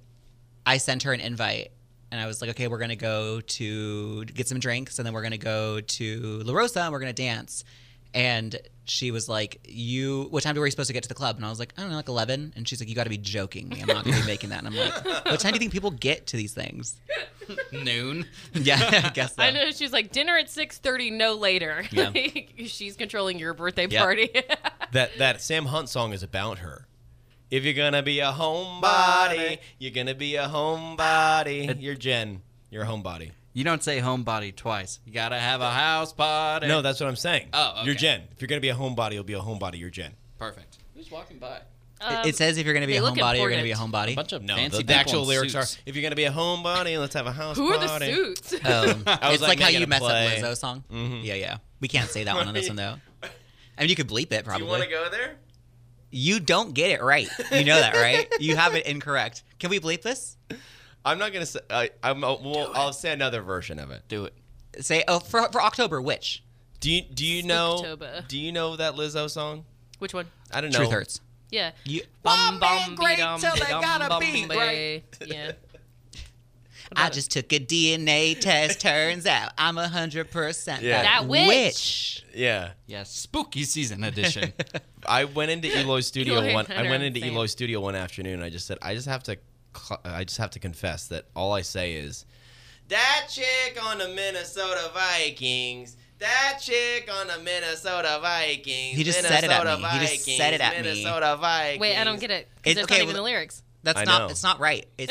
[SPEAKER 5] I sent her an invite, and I was like, okay, we're gonna go to get some drinks, and then we're gonna go to La Rosa, and we're gonna dance. And she was like, "You, what time were you supposed to get to the club?" And I was like, "I don't know, like 11." And she's like, "You got to be joking me! I'm not gonna be making that." And I'm like, <laughs> "What time do you think people get to these things?" <laughs>
[SPEAKER 6] Noon.
[SPEAKER 5] Yeah, I guess so.
[SPEAKER 3] I know she's like dinner at six thirty, no later.
[SPEAKER 5] Yeah.
[SPEAKER 3] Like, <laughs> she's controlling your birthday
[SPEAKER 2] Yeah.
[SPEAKER 3] party. <laughs>
[SPEAKER 2] that that Sam Hunt song is about her. If you're gonna be a homebody, you're gonna be a homebody. You're Jen. You're a homebody.
[SPEAKER 6] <laughs> You don't say homebody twice. You gotta have a house party.
[SPEAKER 2] No, that's what I'm saying.
[SPEAKER 6] Oh, okay.
[SPEAKER 2] you're Jen. If you're gonna be a homebody, you'll be a homebody. You're Jen.
[SPEAKER 6] perfect. Who's walking by?
[SPEAKER 5] It- it says if you're gonna be
[SPEAKER 3] um, they
[SPEAKER 5] a
[SPEAKER 3] look
[SPEAKER 5] homebody, you're gonna be a
[SPEAKER 3] important.
[SPEAKER 5] homebody.
[SPEAKER 6] Bunch of
[SPEAKER 2] No,
[SPEAKER 6] fancy
[SPEAKER 2] the, the
[SPEAKER 6] people
[SPEAKER 2] actual
[SPEAKER 6] in
[SPEAKER 2] lyrics
[SPEAKER 6] suits.
[SPEAKER 2] are: If you're gonna be a homebody, let's have a house
[SPEAKER 3] Who are the
[SPEAKER 2] party.
[SPEAKER 3] suits?
[SPEAKER 5] Um,
[SPEAKER 2] <laughs> I was
[SPEAKER 5] it's
[SPEAKER 2] like
[SPEAKER 5] like, how
[SPEAKER 2] making
[SPEAKER 5] you
[SPEAKER 2] a
[SPEAKER 5] mess
[SPEAKER 2] play. Mm-hmm.
[SPEAKER 5] up Lizzo song. Yeah, yeah. We can't say that one on this
[SPEAKER 2] <laughs>
[SPEAKER 5] one though. I mean, you could bleep
[SPEAKER 2] Do
[SPEAKER 5] it probably.
[SPEAKER 2] you want to go there?
[SPEAKER 5] You don't get it right. You know that,
[SPEAKER 2] <laughs>
[SPEAKER 5] right? you have it incorrect. Can we bleep this?
[SPEAKER 2] I'm not gonna say. I I'm. Uh, well, I'll say another version of it.
[SPEAKER 6] Do it.
[SPEAKER 5] Say oh for for October, which
[SPEAKER 2] Do you do you know?
[SPEAKER 3] Spooktober.
[SPEAKER 2] Do you know that Lizzo song?
[SPEAKER 3] <laughs> Which one?
[SPEAKER 2] I don't know.
[SPEAKER 5] truth hurts.
[SPEAKER 3] Yeah.
[SPEAKER 5] You,
[SPEAKER 3] Bum bum
[SPEAKER 6] great
[SPEAKER 3] be-dum,
[SPEAKER 6] till they
[SPEAKER 3] be-dum,
[SPEAKER 6] gotta
[SPEAKER 3] bum,
[SPEAKER 6] be
[SPEAKER 3] be.
[SPEAKER 6] great.
[SPEAKER 5] <laughs>
[SPEAKER 3] Yeah.
[SPEAKER 5] I just took
[SPEAKER 2] <laughs>
[SPEAKER 5] a DNA test. Turns out I'm hundred percent
[SPEAKER 2] Yeah.
[SPEAKER 3] That witch.
[SPEAKER 5] witch.
[SPEAKER 2] Yeah.
[SPEAKER 6] Yeah, spooky season edition.
[SPEAKER 2] I went
[SPEAKER 3] <laughs>
[SPEAKER 2] into Eloy's studio
[SPEAKER 3] Eloy
[SPEAKER 2] one.
[SPEAKER 3] and
[SPEAKER 2] I
[SPEAKER 3] Hunter
[SPEAKER 2] went
[SPEAKER 3] are
[SPEAKER 2] into
[SPEAKER 3] the same.
[SPEAKER 2] Eloy's studio one afternoon. And I just said, I just have to, cl- I just have to confess that all I say is, that chick on the Minnesota Vikings. That chick on the Minnesota Vikings.
[SPEAKER 5] He just said it at
[SPEAKER 2] Minnesota
[SPEAKER 5] me. He just said it at me.
[SPEAKER 2] Minnesota Vikings.
[SPEAKER 3] Wait, I don't get it.
[SPEAKER 5] It's-
[SPEAKER 3] Because it's
[SPEAKER 5] okay,
[SPEAKER 3] not even
[SPEAKER 5] well-
[SPEAKER 3] the lyrics.
[SPEAKER 5] That's
[SPEAKER 2] I
[SPEAKER 5] not.
[SPEAKER 2] know.
[SPEAKER 5] It's not right. It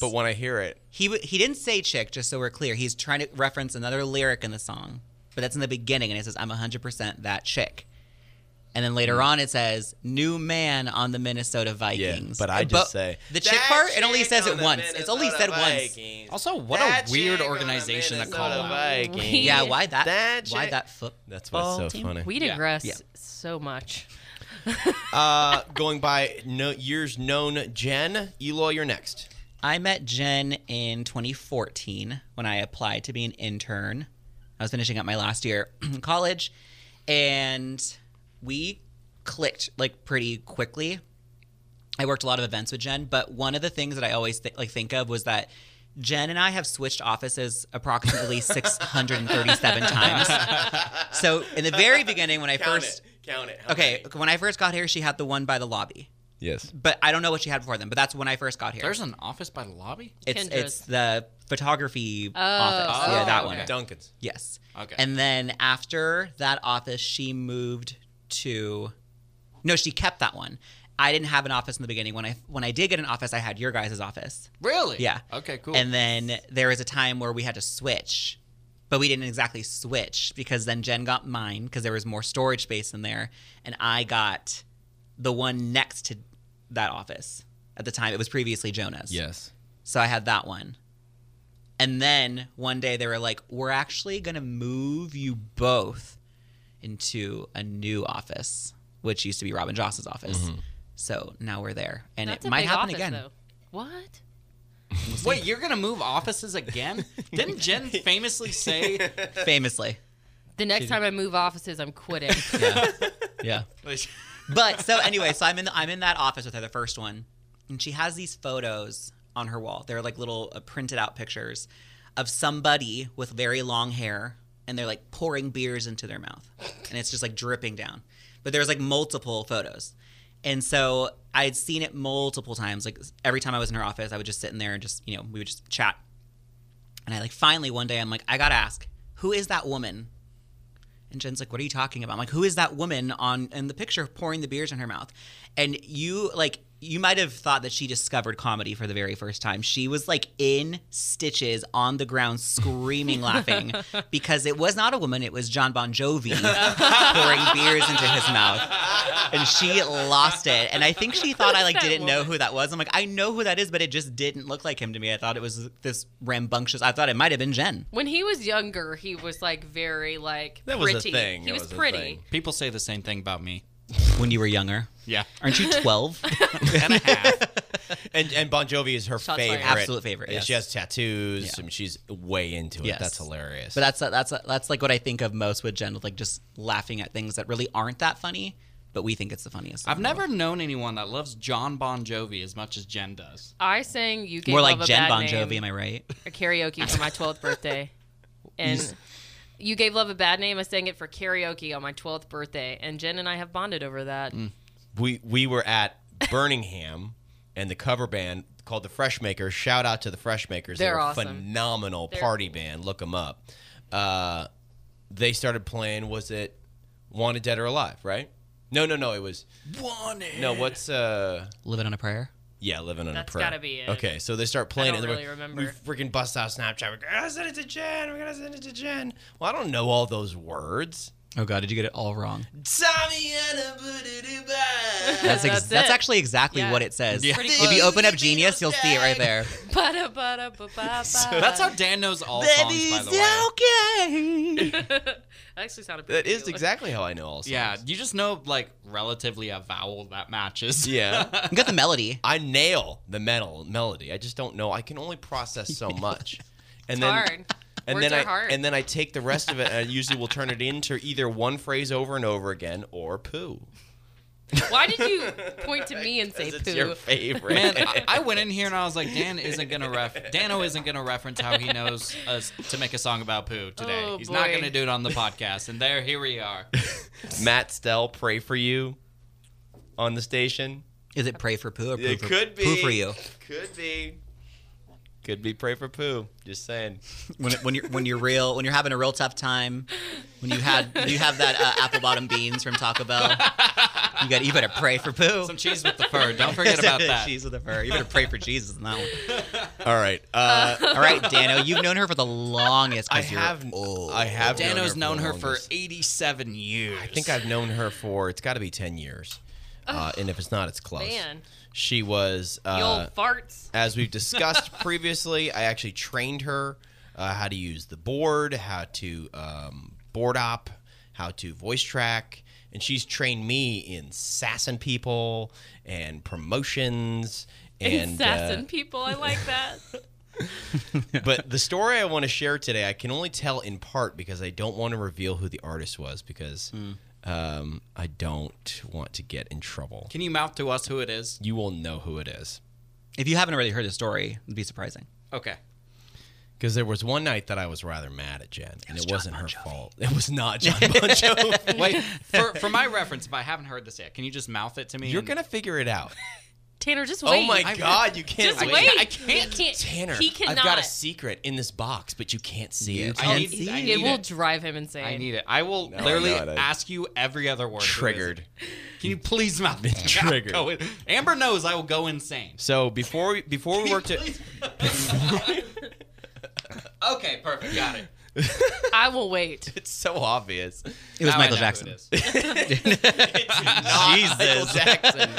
[SPEAKER 2] <laughs> But when I hear it,
[SPEAKER 5] he w- he didn't say chick. Just so we're clear, he's trying to reference another lyric in the song, but that's in the beginning, and it says I'm hundred percent that chick. And then later
[SPEAKER 2] Hmm.
[SPEAKER 5] on, it says "new man on the Minnesota Vikings."
[SPEAKER 2] but I just say,
[SPEAKER 5] the chick
[SPEAKER 2] "That
[SPEAKER 5] part. It only
[SPEAKER 2] chick
[SPEAKER 5] says
[SPEAKER 2] on
[SPEAKER 5] it
[SPEAKER 2] the
[SPEAKER 5] once. It's only said
[SPEAKER 2] Minnesota
[SPEAKER 5] once.
[SPEAKER 2] Vikings.
[SPEAKER 6] <laughs> also, what
[SPEAKER 2] That
[SPEAKER 6] a weird
[SPEAKER 2] chick on the
[SPEAKER 6] organization to call
[SPEAKER 2] Minnesota
[SPEAKER 6] out.
[SPEAKER 2] Vikings.
[SPEAKER 5] <laughs> Yeah, why that?
[SPEAKER 2] That
[SPEAKER 5] why
[SPEAKER 2] chick-
[SPEAKER 5] that foot?
[SPEAKER 2] That's what's so funny.
[SPEAKER 3] We
[SPEAKER 6] Yeah.
[SPEAKER 3] digress
[SPEAKER 5] Yeah.
[SPEAKER 3] so much.
[SPEAKER 2] Uh, going by no, years known, Jen Eloy, you're next.
[SPEAKER 5] I met Jen in 2014 when I applied to be an intern. I was finishing up my last year <clears throat> in college, and we clicked like pretty quickly. I worked a lot of events with Jen, but one of the things that I always th- like think of was that Jen and I have switched offices
[SPEAKER 2] <laughs>
[SPEAKER 5] approximately 637 times. So in the very beginning, when I first
[SPEAKER 2] count it.
[SPEAKER 5] okay, when I first got here, she had the one by the lobby,
[SPEAKER 2] Yes.
[SPEAKER 5] but I don't know what she had before then. But that's when I first got here.
[SPEAKER 6] There's an office by the lobby.
[SPEAKER 5] It's
[SPEAKER 3] Kendra's.
[SPEAKER 5] it's the photography office. yeah, that
[SPEAKER 2] Oh,
[SPEAKER 5] one.
[SPEAKER 6] Oh, okay.
[SPEAKER 2] Duncan's.
[SPEAKER 5] Yes.
[SPEAKER 6] Okay.
[SPEAKER 5] And then after that office, she moved to. No, she kept that one. I didn't have an office in the beginning. When I when I did get an office, I had your guys' office.
[SPEAKER 6] Really?
[SPEAKER 5] Yeah.
[SPEAKER 6] Okay. Cool.
[SPEAKER 5] And then there was a time where we had to switch, but we didn't exactly switch because then Jen got mine because there was more storage space in there, and I got the one next to that office. At the time, it was previously Jonah's.
[SPEAKER 2] Yes.
[SPEAKER 5] So I had that one. And then one day they were like, we're actually going to move you both into a new office, which used to be Robin Joss's office. So now we're there. And
[SPEAKER 3] That's
[SPEAKER 5] it
[SPEAKER 3] a
[SPEAKER 5] might
[SPEAKER 3] big
[SPEAKER 5] happen
[SPEAKER 3] office,
[SPEAKER 5] again.
[SPEAKER 3] Though. What?
[SPEAKER 6] Wait, you're gonna move offices <laughs> again? Didn't Jen famously say <laughs>
[SPEAKER 5] Famously.
[SPEAKER 3] The next time I move offices, I'm
[SPEAKER 5] <laughs>
[SPEAKER 3] quitting.
[SPEAKER 5] Yeah.
[SPEAKER 6] like,
[SPEAKER 5] But so anyway, so I'm in the, I'm in that office with her, the first one, and she has these photos on her wall. They're like little uh, printed out pictures of somebody with very long hair, and they're like pouring beers into their mouth, and it's just like dripping down. But there's like multiple photos, and so I had seen it multiple times. Like every time I was in her office, I would just sit in there and just you know we would just chat. And I like finally one day I'm like I gotta ask who is that woman and Jen's like, "What are you talking about?" I'm like, "Who is that woman on in the picture pouring the beers in her mouth?" And you like you might have thought that she discovered comedy for the very first time. She was like in stitches on the ground
[SPEAKER 3] <laughs>
[SPEAKER 5] screaming laughing because it was not a woman, it was John Bon Jovi pouring beers into his mouth. And she lost it. And I think she thought I like
[SPEAKER 3] That
[SPEAKER 5] didn't know
[SPEAKER 3] woman.
[SPEAKER 5] who that was. I'm like, "I know who that is, but it just didn't look like him to me. I thought it was this rambunctious. I thought it might have been Jen."
[SPEAKER 3] when he was younger, he was like very like
[SPEAKER 2] That was
[SPEAKER 3] pretty.
[SPEAKER 2] a thing.
[SPEAKER 3] He
[SPEAKER 2] That
[SPEAKER 3] was,
[SPEAKER 2] was a
[SPEAKER 3] pretty.
[SPEAKER 2] thing.
[SPEAKER 6] people say the same thing about me?
[SPEAKER 5] When you were younger.
[SPEAKER 6] Yeah.
[SPEAKER 5] Aren't
[SPEAKER 3] <laughs>
[SPEAKER 5] you 12?
[SPEAKER 6] And a half.
[SPEAKER 2] And and Bon Jovi is her
[SPEAKER 3] Shots fired.
[SPEAKER 2] favorite,
[SPEAKER 5] Absolute favorite,
[SPEAKER 2] And
[SPEAKER 5] yes.
[SPEAKER 2] She has tattoos.
[SPEAKER 5] Yeah.
[SPEAKER 2] I mean, she's way into it.
[SPEAKER 5] Yes.
[SPEAKER 2] That's hilarious.
[SPEAKER 5] <laughs> But that's that's that's like what I think of most with Jen, with like just laughing at things that really aren't that funny, but we think it's the funniest. thing
[SPEAKER 6] I've
[SPEAKER 5] in the
[SPEAKER 6] never
[SPEAKER 5] world.
[SPEAKER 6] known anyone that loves John Bon Jovi as much as Jen does.
[SPEAKER 3] I sang "You Gave
[SPEAKER 5] more
[SPEAKER 3] Love
[SPEAKER 5] like
[SPEAKER 3] a
[SPEAKER 5] Jen
[SPEAKER 3] Bad
[SPEAKER 5] Bon
[SPEAKER 3] Name"
[SPEAKER 5] <laughs> Jovi. Am I right?
[SPEAKER 3] at karaoke for my 12th birthday, and You Gave Love a Bad Name. I sang it for karaoke on my 12th birthday, and Jen and I have bonded over that.
[SPEAKER 5] Mm.
[SPEAKER 3] <laughs>
[SPEAKER 2] we we were at Birmingham, and the cover band called the Freshmakers. Shout out to the Freshmakers.
[SPEAKER 3] They're
[SPEAKER 2] a
[SPEAKER 3] awesome.
[SPEAKER 2] phenomenal party band. Look them up. Uh, they started playing. Was it Wanted Dead or Alive? Right? No, no, no. It was Wanted. No, what's uh?
[SPEAKER 5] Living on a prayer.
[SPEAKER 2] Yeah, living on
[SPEAKER 3] That's
[SPEAKER 2] a prayer.
[SPEAKER 3] gotta be it.
[SPEAKER 2] Okay, so they start playing
[SPEAKER 3] don't
[SPEAKER 2] it. and
[SPEAKER 3] really
[SPEAKER 2] they're like,
[SPEAKER 3] remember.
[SPEAKER 2] We freaking bust out Snapchat. We're gonna send it to Jen. We're gonna send it to Jen. Well, I don't know all those words.
[SPEAKER 5] Oh God, did you get it all wrong?
[SPEAKER 2] Tommy and a boo-doo-doo-ba.
[SPEAKER 5] That's ex-
[SPEAKER 3] That's
[SPEAKER 5] that's,
[SPEAKER 3] it.
[SPEAKER 5] actually exactly
[SPEAKER 3] Yeah.
[SPEAKER 5] what it says.
[SPEAKER 3] Yeah. Pretty
[SPEAKER 5] If
[SPEAKER 3] close.
[SPEAKER 5] you open up Genius, you'll see it right there.
[SPEAKER 3] Bada bada ba
[SPEAKER 5] <laughs>
[SPEAKER 3] ba ba.
[SPEAKER 6] That's how Dan knows all songs, by the way.
[SPEAKER 3] <laughs>
[SPEAKER 5] okay.
[SPEAKER 3] That actually sounded pretty
[SPEAKER 2] That is
[SPEAKER 3] cool. <laughs>
[SPEAKER 2] exactly how I know all songs.
[SPEAKER 6] Yeah, you just know like relatively a vowel that matches.
[SPEAKER 2] Yeah.
[SPEAKER 3] <laughs>
[SPEAKER 5] You got the melody.
[SPEAKER 2] I nail the metal melody. I just don't know. I can only process
[SPEAKER 3] <laughs>
[SPEAKER 2] so much. And then
[SPEAKER 3] hard.
[SPEAKER 2] and
[SPEAKER 3] Words
[SPEAKER 2] then
[SPEAKER 3] are
[SPEAKER 2] I
[SPEAKER 3] hard.
[SPEAKER 2] and then I take the rest of it and
[SPEAKER 3] <laughs>
[SPEAKER 2] I usually will turn it into either one phrase over and over again or poo.
[SPEAKER 3] Why did
[SPEAKER 6] <laughs>
[SPEAKER 3] you point to me and say
[SPEAKER 2] 'Cause
[SPEAKER 3] poo?
[SPEAKER 2] It's your favorite. <laughs>
[SPEAKER 6] <laughs> Man, I, I went in here and I was like, Dan isn't gonna ref. Dano isn't gonna reference how he knows us to make a song about poo today.
[SPEAKER 3] Oh,
[SPEAKER 6] He's not
[SPEAKER 3] boy.
[SPEAKER 6] gonna do it on the podcast. And there, here
[SPEAKER 2] <laughs>
[SPEAKER 6] we are.
[SPEAKER 2] Matt Stell, pray for you on the station.
[SPEAKER 5] Is it pray for poo or poo
[SPEAKER 2] It
[SPEAKER 5] for
[SPEAKER 2] could be
[SPEAKER 5] poo for you?
[SPEAKER 2] Could be. Could be pray for poo. Just
[SPEAKER 3] <laughs>
[SPEAKER 2] saying.
[SPEAKER 5] When, when you're when you're real when you're having a real tough time, when you had when you have that uh, apple bottom beans from Taco Bell, you got you better pray for poo.
[SPEAKER 6] Some cheese with the fur.
[SPEAKER 5] <laughs>
[SPEAKER 6] Don't forget about that.
[SPEAKER 5] Cheese with a fur. You better pray for Jesus in that one.
[SPEAKER 2] All right. Uh,
[SPEAKER 5] All right, Dano, you've known her for the longest. 'cause
[SPEAKER 2] I
[SPEAKER 5] you're
[SPEAKER 2] have-
[SPEAKER 5] old.
[SPEAKER 2] I have
[SPEAKER 6] Dano's known her
[SPEAKER 2] the
[SPEAKER 6] for
[SPEAKER 2] longest.
[SPEAKER 6] 87 years.
[SPEAKER 2] I think I've known her for it's got to be ten years, uh, and if it's not, it's close.
[SPEAKER 3] Man.
[SPEAKER 2] She was,
[SPEAKER 3] You
[SPEAKER 2] uh,
[SPEAKER 3] old farts.
[SPEAKER 2] as we've discussed previously, I actually trained her uh, how to use the board, how to um, board op, how to voice track, and she's trained me in sassing people and promotions. And
[SPEAKER 3] Assassin
[SPEAKER 2] uh,
[SPEAKER 3] people. I like that.
[SPEAKER 2] <laughs> but the story I want to share today, I can only tell in part because I don't want to reveal who the artist was because um, I don't want to get in trouble.
[SPEAKER 6] Can you mouth to us who it is?
[SPEAKER 2] You will know who it is
[SPEAKER 5] If you haven't already heard the story, it'd be surprising.
[SPEAKER 6] Okay.
[SPEAKER 2] <laughs> because there was one night that I was rather mad at Jen, and it, wasn't her fault. It was <laughs> not John Bon Jovi.
[SPEAKER 6] Wait, for, for my reference, if I haven't heard this yet, can you just mouth it to me?
[SPEAKER 2] You're
[SPEAKER 6] and-
[SPEAKER 2] gonna figure it out.
[SPEAKER 3] Tanner, just wait.
[SPEAKER 2] oh my god, you can't
[SPEAKER 3] Just wait.
[SPEAKER 2] wait.
[SPEAKER 6] I
[SPEAKER 3] He
[SPEAKER 6] can't.
[SPEAKER 3] can't.
[SPEAKER 2] Tanner,
[SPEAKER 3] He
[SPEAKER 2] I've
[SPEAKER 3] cannot.
[SPEAKER 2] got a secret in this box, but you can't see it.
[SPEAKER 6] I need,
[SPEAKER 5] see
[SPEAKER 6] I
[SPEAKER 5] it.
[SPEAKER 6] need
[SPEAKER 3] it will
[SPEAKER 6] it.
[SPEAKER 3] drive him insane.
[SPEAKER 6] I need it. I will
[SPEAKER 2] I
[SPEAKER 6] literally
[SPEAKER 2] know it. I-
[SPEAKER 6] ask you every other word. through this.
[SPEAKER 2] Triggered.
[SPEAKER 6] Can you please mouth <laughs> it?
[SPEAKER 2] Triggered.
[SPEAKER 6] I'll go in- Amber knows I will go insane.
[SPEAKER 2] So before we, before we worked at
[SPEAKER 6] <laughs> Okay, perfect. Got it.
[SPEAKER 3] I will
[SPEAKER 6] <laughs>
[SPEAKER 3] wait.
[SPEAKER 2] it's so obvious.
[SPEAKER 5] It was
[SPEAKER 6] Now I
[SPEAKER 5] Michael
[SPEAKER 6] know who it
[SPEAKER 5] Jackson.
[SPEAKER 6] is.
[SPEAKER 2] <laughs> Jesus. Jackson.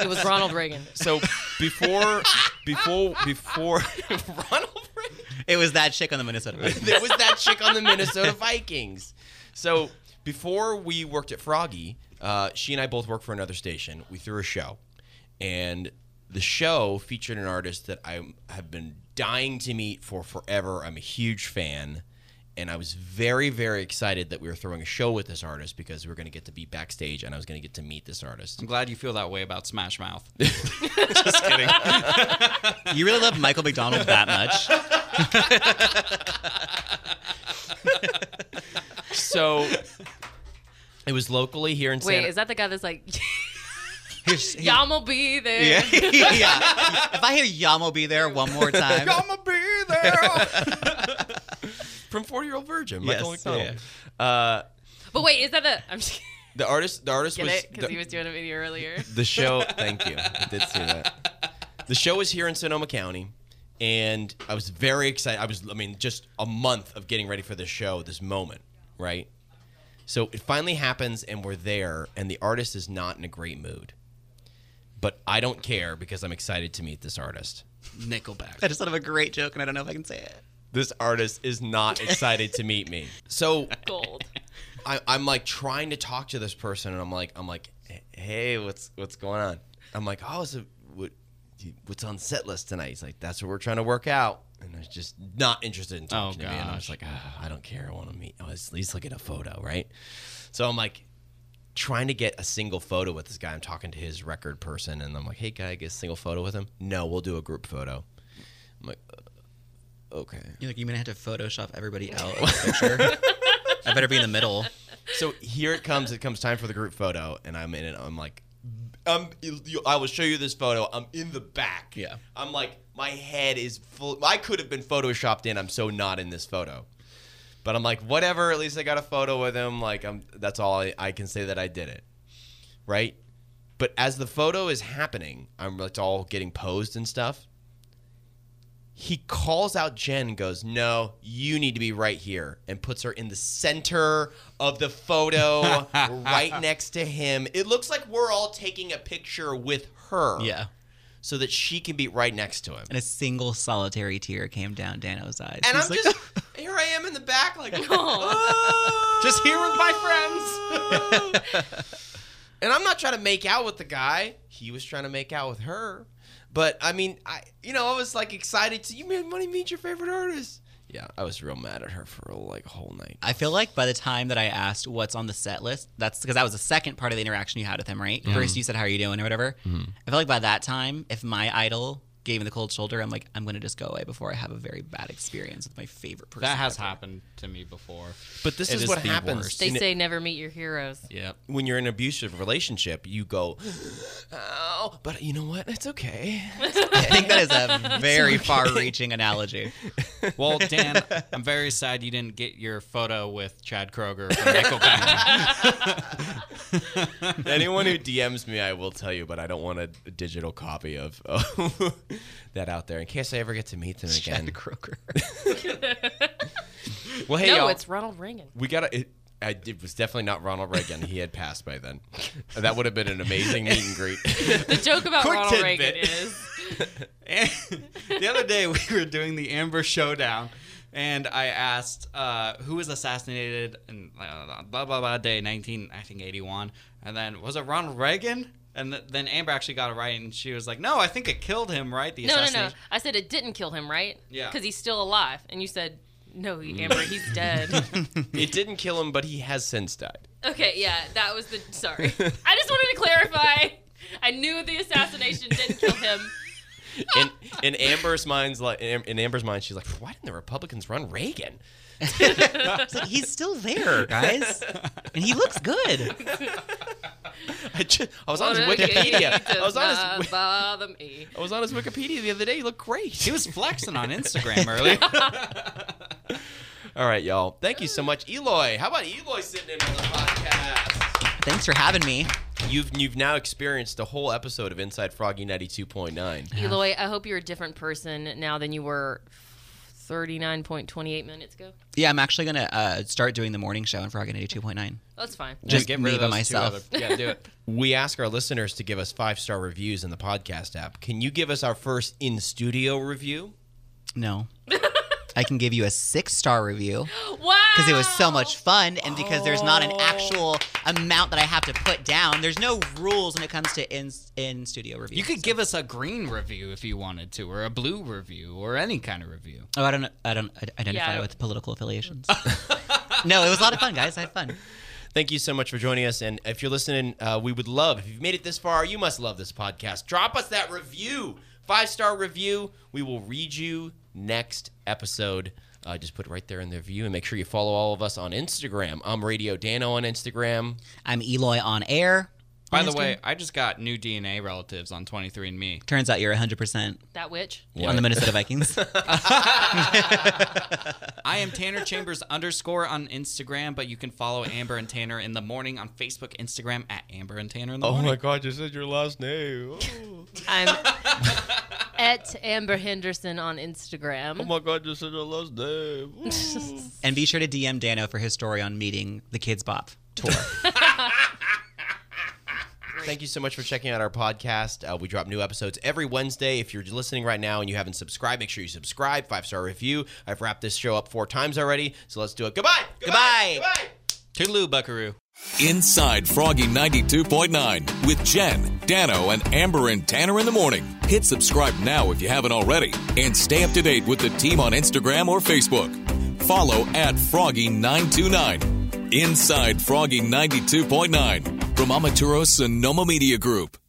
[SPEAKER 3] It was
[SPEAKER 2] <laughs>
[SPEAKER 3] Ronald Reagan.
[SPEAKER 2] So before, before, before, <laughs> Ronald Reagan.
[SPEAKER 5] It was that chick on the Minnesota. Vikings.
[SPEAKER 2] There was that chick on the Minnesota Vikings. So before we worked at Froggy, uh, she and I both worked for another station. We threw a show, and the show featured an artist that I have been dying to meet for forever. I'm a huge fan. And I was very, very excited that we were throwing a show with this artist because we were going to get to be backstage and I was going to get to meet this artist.
[SPEAKER 6] I'm glad you feel that way about Smash Mouth.
[SPEAKER 2] Just kidding.
[SPEAKER 5] you really love Michael McDonald that much? <laughs>
[SPEAKER 2] So <laughs> it was locally here in
[SPEAKER 3] Wait,
[SPEAKER 2] Santa.
[SPEAKER 3] is that the guy that's like, <laughs>
[SPEAKER 5] Here's- he-
[SPEAKER 3] y'all will be there?
[SPEAKER 5] yeah. If I hear Yamo be there one more time,
[SPEAKER 2] I'ma be there. <laughs> From Forty Year Old Virgin, Michael
[SPEAKER 5] Yes,
[SPEAKER 2] McDonald. Uh,
[SPEAKER 3] <laughs> But wait, is that the?
[SPEAKER 2] <laughs>
[SPEAKER 3] I'm just
[SPEAKER 2] the artist, the artist
[SPEAKER 3] get
[SPEAKER 2] was,
[SPEAKER 3] it because
[SPEAKER 2] the,
[SPEAKER 3] he was doing a
[SPEAKER 2] <laughs>
[SPEAKER 3] video earlier. <laughs>
[SPEAKER 2] the show. Thank you. I did see that. The show was here in Sonoma County, and I was very excited. I was, I mean, just a month of getting ready for this show, this moment, right? So it finally happens, and we're there, and the artist is not in a great mood, but I don't care because I'm excited to meet this artist.
[SPEAKER 5] I
[SPEAKER 6] Nickelback.
[SPEAKER 5] just thought of a great joke, and I don't know if I can say it.
[SPEAKER 2] This artist is not excited to meet me. So
[SPEAKER 3] Gold.
[SPEAKER 2] I, I'm like trying to talk to this person, and I'm like, I'm like, hey, what's what's going on? I'm like, oh, so what, what's on set list tonight? He's like, that's what we're trying to work out, and I was just not interested in talking
[SPEAKER 6] Oh,
[SPEAKER 2] to me. And I was
[SPEAKER 6] gosh.
[SPEAKER 2] like, ah, I don't care. I want to meet. Oh, let's at least look at a photo, right? So I'm like trying to get a single photo with this guy. I'm talking to his record person, and I'm like, hey, can I get a single photo with him? No, we'll do a group photo. I'm like, "Uh, okay.
[SPEAKER 5] You're like, you mean I have to Photoshop everybody out of the picture?
[SPEAKER 6] <laughs>
[SPEAKER 5] I better be in the middle.
[SPEAKER 2] So here it comes. It comes time for the group photo, and I'm in it. I'm like, um, you- I will show you this photo. I'm in the back.
[SPEAKER 5] Yeah.
[SPEAKER 2] I'm like, my head is full. I could have been photoshopped in. I'm so not in this photo. But I'm like, whatever. At least I got a photo with him. Like, I'm. That's all I, I can say that I did it, right? But as the photo is happening, I'm. It's all getting posed and stuff. He calls out Jen and goes, No, you need to be right here, and puts her in the center of the
[SPEAKER 5] <laughs>
[SPEAKER 2] photo, right next to him. It looks like we're all taking a picture with her.
[SPEAKER 5] Yeah.
[SPEAKER 2] So that she can be right next to him.
[SPEAKER 5] And a single solitary tear came down Dano's eyes.
[SPEAKER 2] And
[SPEAKER 5] He's
[SPEAKER 2] I'm
[SPEAKER 5] like,
[SPEAKER 2] just
[SPEAKER 5] <laughs>
[SPEAKER 2] here I am in the back, like
[SPEAKER 6] <laughs>
[SPEAKER 2] "Ah."
[SPEAKER 6] Just here with my friends.
[SPEAKER 2] <laughs> and I'm not trying to make out with the guy. He was trying to make out with her. But I mean, I you know, I was like excited to you made money meet your favorite artist. Yeah, I was real mad at her for like a whole night.
[SPEAKER 5] I feel like by the time that I asked what's on the set list, that's because that was the second part of the interaction you had with him, right?
[SPEAKER 6] Mm-hmm.
[SPEAKER 5] First, you said, How are you doing or whatever. I feel like by that time, if my idol gave me the cold shoulder, I'm like, I'm going to just go away before I have a very bad experience with my favorite person.
[SPEAKER 6] That has
[SPEAKER 5] ever."
[SPEAKER 6] happened to me before.
[SPEAKER 2] But this
[SPEAKER 6] It
[SPEAKER 2] is
[SPEAKER 6] is
[SPEAKER 2] what
[SPEAKER 6] the
[SPEAKER 2] happens.
[SPEAKER 6] worst.
[SPEAKER 3] They
[SPEAKER 2] in-
[SPEAKER 3] say never meet your heroes.
[SPEAKER 6] Yep.
[SPEAKER 2] when you're in an abusive relationship, you go, oh, but you know what? It's
[SPEAKER 3] <laughs>
[SPEAKER 2] okay.
[SPEAKER 5] <laughs> I think that is
[SPEAKER 6] <laughs>
[SPEAKER 5] a very far reaching analogy.
[SPEAKER 6] Well, Dan, I'm very sad you didn't get your photo with Chad Kroger <laughs> from Nickelback.
[SPEAKER 3] <laughs>
[SPEAKER 2] Anyone who DMs me, I will tell you, but I don't want a digital copy of of <laughs> that out there in case I ever get to meet them again.
[SPEAKER 5] Chad Kroger.
[SPEAKER 2] <laughs> Well, hey,
[SPEAKER 3] no,
[SPEAKER 2] y'all,
[SPEAKER 3] it's Ronald Reagan.
[SPEAKER 2] we gotta. It, I, it was definitely not Ronald Reagan. He had passed by then. That would have been an amazing meet and <laughs> greet.
[SPEAKER 3] The joke about
[SPEAKER 2] Quick
[SPEAKER 3] Ronald Reagan
[SPEAKER 2] tidbit.
[SPEAKER 3] is
[SPEAKER 6] And <laughs> the other day we were doing the Amber Showdown, and I asked uh, who was assassinated in uh, blah blah blah day 19, I think 81, and then was it Ronald Reagan? And th- then Amber actually got it right, and she was like, "No, I think it killed him, right? The
[SPEAKER 3] no, no, no.
[SPEAKER 6] assassination."
[SPEAKER 3] I said it didn't kill him, right?
[SPEAKER 6] Yeah.
[SPEAKER 3] Because he's still alive, and you said no,
[SPEAKER 2] Mm.
[SPEAKER 3] he- Amber, he's dead.
[SPEAKER 2] <laughs> it didn't kill him, but he has since died.
[SPEAKER 3] okay, yeah, that was the. Sorry, I just wanted to clarify. I knew the assassination didn't kill him.
[SPEAKER 2] In, in Amber's mind's like in, in Amber's mind, she's like, why didn't the Republicans run Reagan? <laughs>
[SPEAKER 5] It's like, He's still there,
[SPEAKER 6] <laughs>
[SPEAKER 5] guys. And he looks good.
[SPEAKER 2] I, ju- <laughs> I was on his
[SPEAKER 3] Well, okay, <laughs>
[SPEAKER 2] Wikipedia.
[SPEAKER 3] does
[SPEAKER 2] I was on his.
[SPEAKER 3] not bother me.
[SPEAKER 2] I was on his Wikipedia the other day. He looked great.
[SPEAKER 6] She was flexing on
[SPEAKER 3] <laughs>
[SPEAKER 6] Instagram earlier.
[SPEAKER 2] All right, y'all. Thank you so much, Eloy. How about Eloy sitting in on the podcast?
[SPEAKER 5] Thanks for having me.
[SPEAKER 2] You've you've now experienced a whole episode of Inside Froggy ninety two point nine.
[SPEAKER 3] Eloy, I hope you're a different person now than you were 39.28 minutes ago.
[SPEAKER 5] Yeah, I'm actually going to uh, start doing the morning show on Frog 82.9.
[SPEAKER 3] That's fine.
[SPEAKER 5] Just
[SPEAKER 6] Get
[SPEAKER 5] me
[SPEAKER 6] rid of
[SPEAKER 5] by
[SPEAKER 6] those two
[SPEAKER 5] myself.
[SPEAKER 6] other- yeah, do it.
[SPEAKER 2] <laughs> We ask our listeners to give us five star reviews in the podcast app. Can you give us our first in studio review?
[SPEAKER 6] <laughs>
[SPEAKER 5] No. I can give you a six star review
[SPEAKER 3] Wow.
[SPEAKER 5] because it was so much fun and because there's not an actual amount that I have to put down. There's no rules when it comes to in, in studio reviews.
[SPEAKER 6] You could give us a green review if you wanted to, or a blue review, or any kind of review.
[SPEAKER 5] Oh, I don't, I don't i- identify
[SPEAKER 3] Yeah.
[SPEAKER 5] with political
[SPEAKER 6] <laughs>
[SPEAKER 5] affiliations. no, it was a lot of fun, guys. I had fun.
[SPEAKER 2] Thank you so much for joining us. And if you're listening, uh, we would love, if you've made it this far, you must love this podcast. Drop us that review, five star review. We will read you next episode. Uh, just put it right there in the review and make sure you follow all of us on Instagram. I'm Radio Dano on Instagram.
[SPEAKER 5] I'm Eloy on air.
[SPEAKER 6] By
[SPEAKER 5] on
[SPEAKER 6] the
[SPEAKER 5] Instagram.
[SPEAKER 6] way, I just got new DNA relatives on 23andMe.
[SPEAKER 5] turns out you're 100%
[SPEAKER 3] That witch.
[SPEAKER 5] on the Minnesota
[SPEAKER 6] <laughs>
[SPEAKER 5] Vikings.
[SPEAKER 6] I am Tanner Chambers underscore on Instagram, but you can follow Amber and Tanner in the morning on Facebook, Instagram at Amber and Tanner in
[SPEAKER 2] Oh
[SPEAKER 6] the morning.
[SPEAKER 2] God, you said your last name.
[SPEAKER 3] I'm at Amber Henderson on Instagram.
[SPEAKER 2] my God, you said your last name.
[SPEAKER 5] and be sure to DM Dano for his story on meeting the Kids Bop tour.
[SPEAKER 2] Thank you so much for checking out our podcast. Uh, we drop new episodes every Wednesday. If you're listening right now and you haven't subscribed, make sure you subscribe. Five star review. I've wrapped this show up four times already, so let's do it. Goodbye.
[SPEAKER 5] Goodbye.
[SPEAKER 2] Goodbye.
[SPEAKER 6] Toodaloo, Buckaroo.
[SPEAKER 4] Inside Froggy 92.9 with Jen, Dano, and Amber and Tanner in the morning. Hit subscribe now if you haven't already and stay up to date with the team on Instagram or Facebook. Follow at Froggy929. Inside Froggy 92.9 from Amaturo Sonoma Media Group.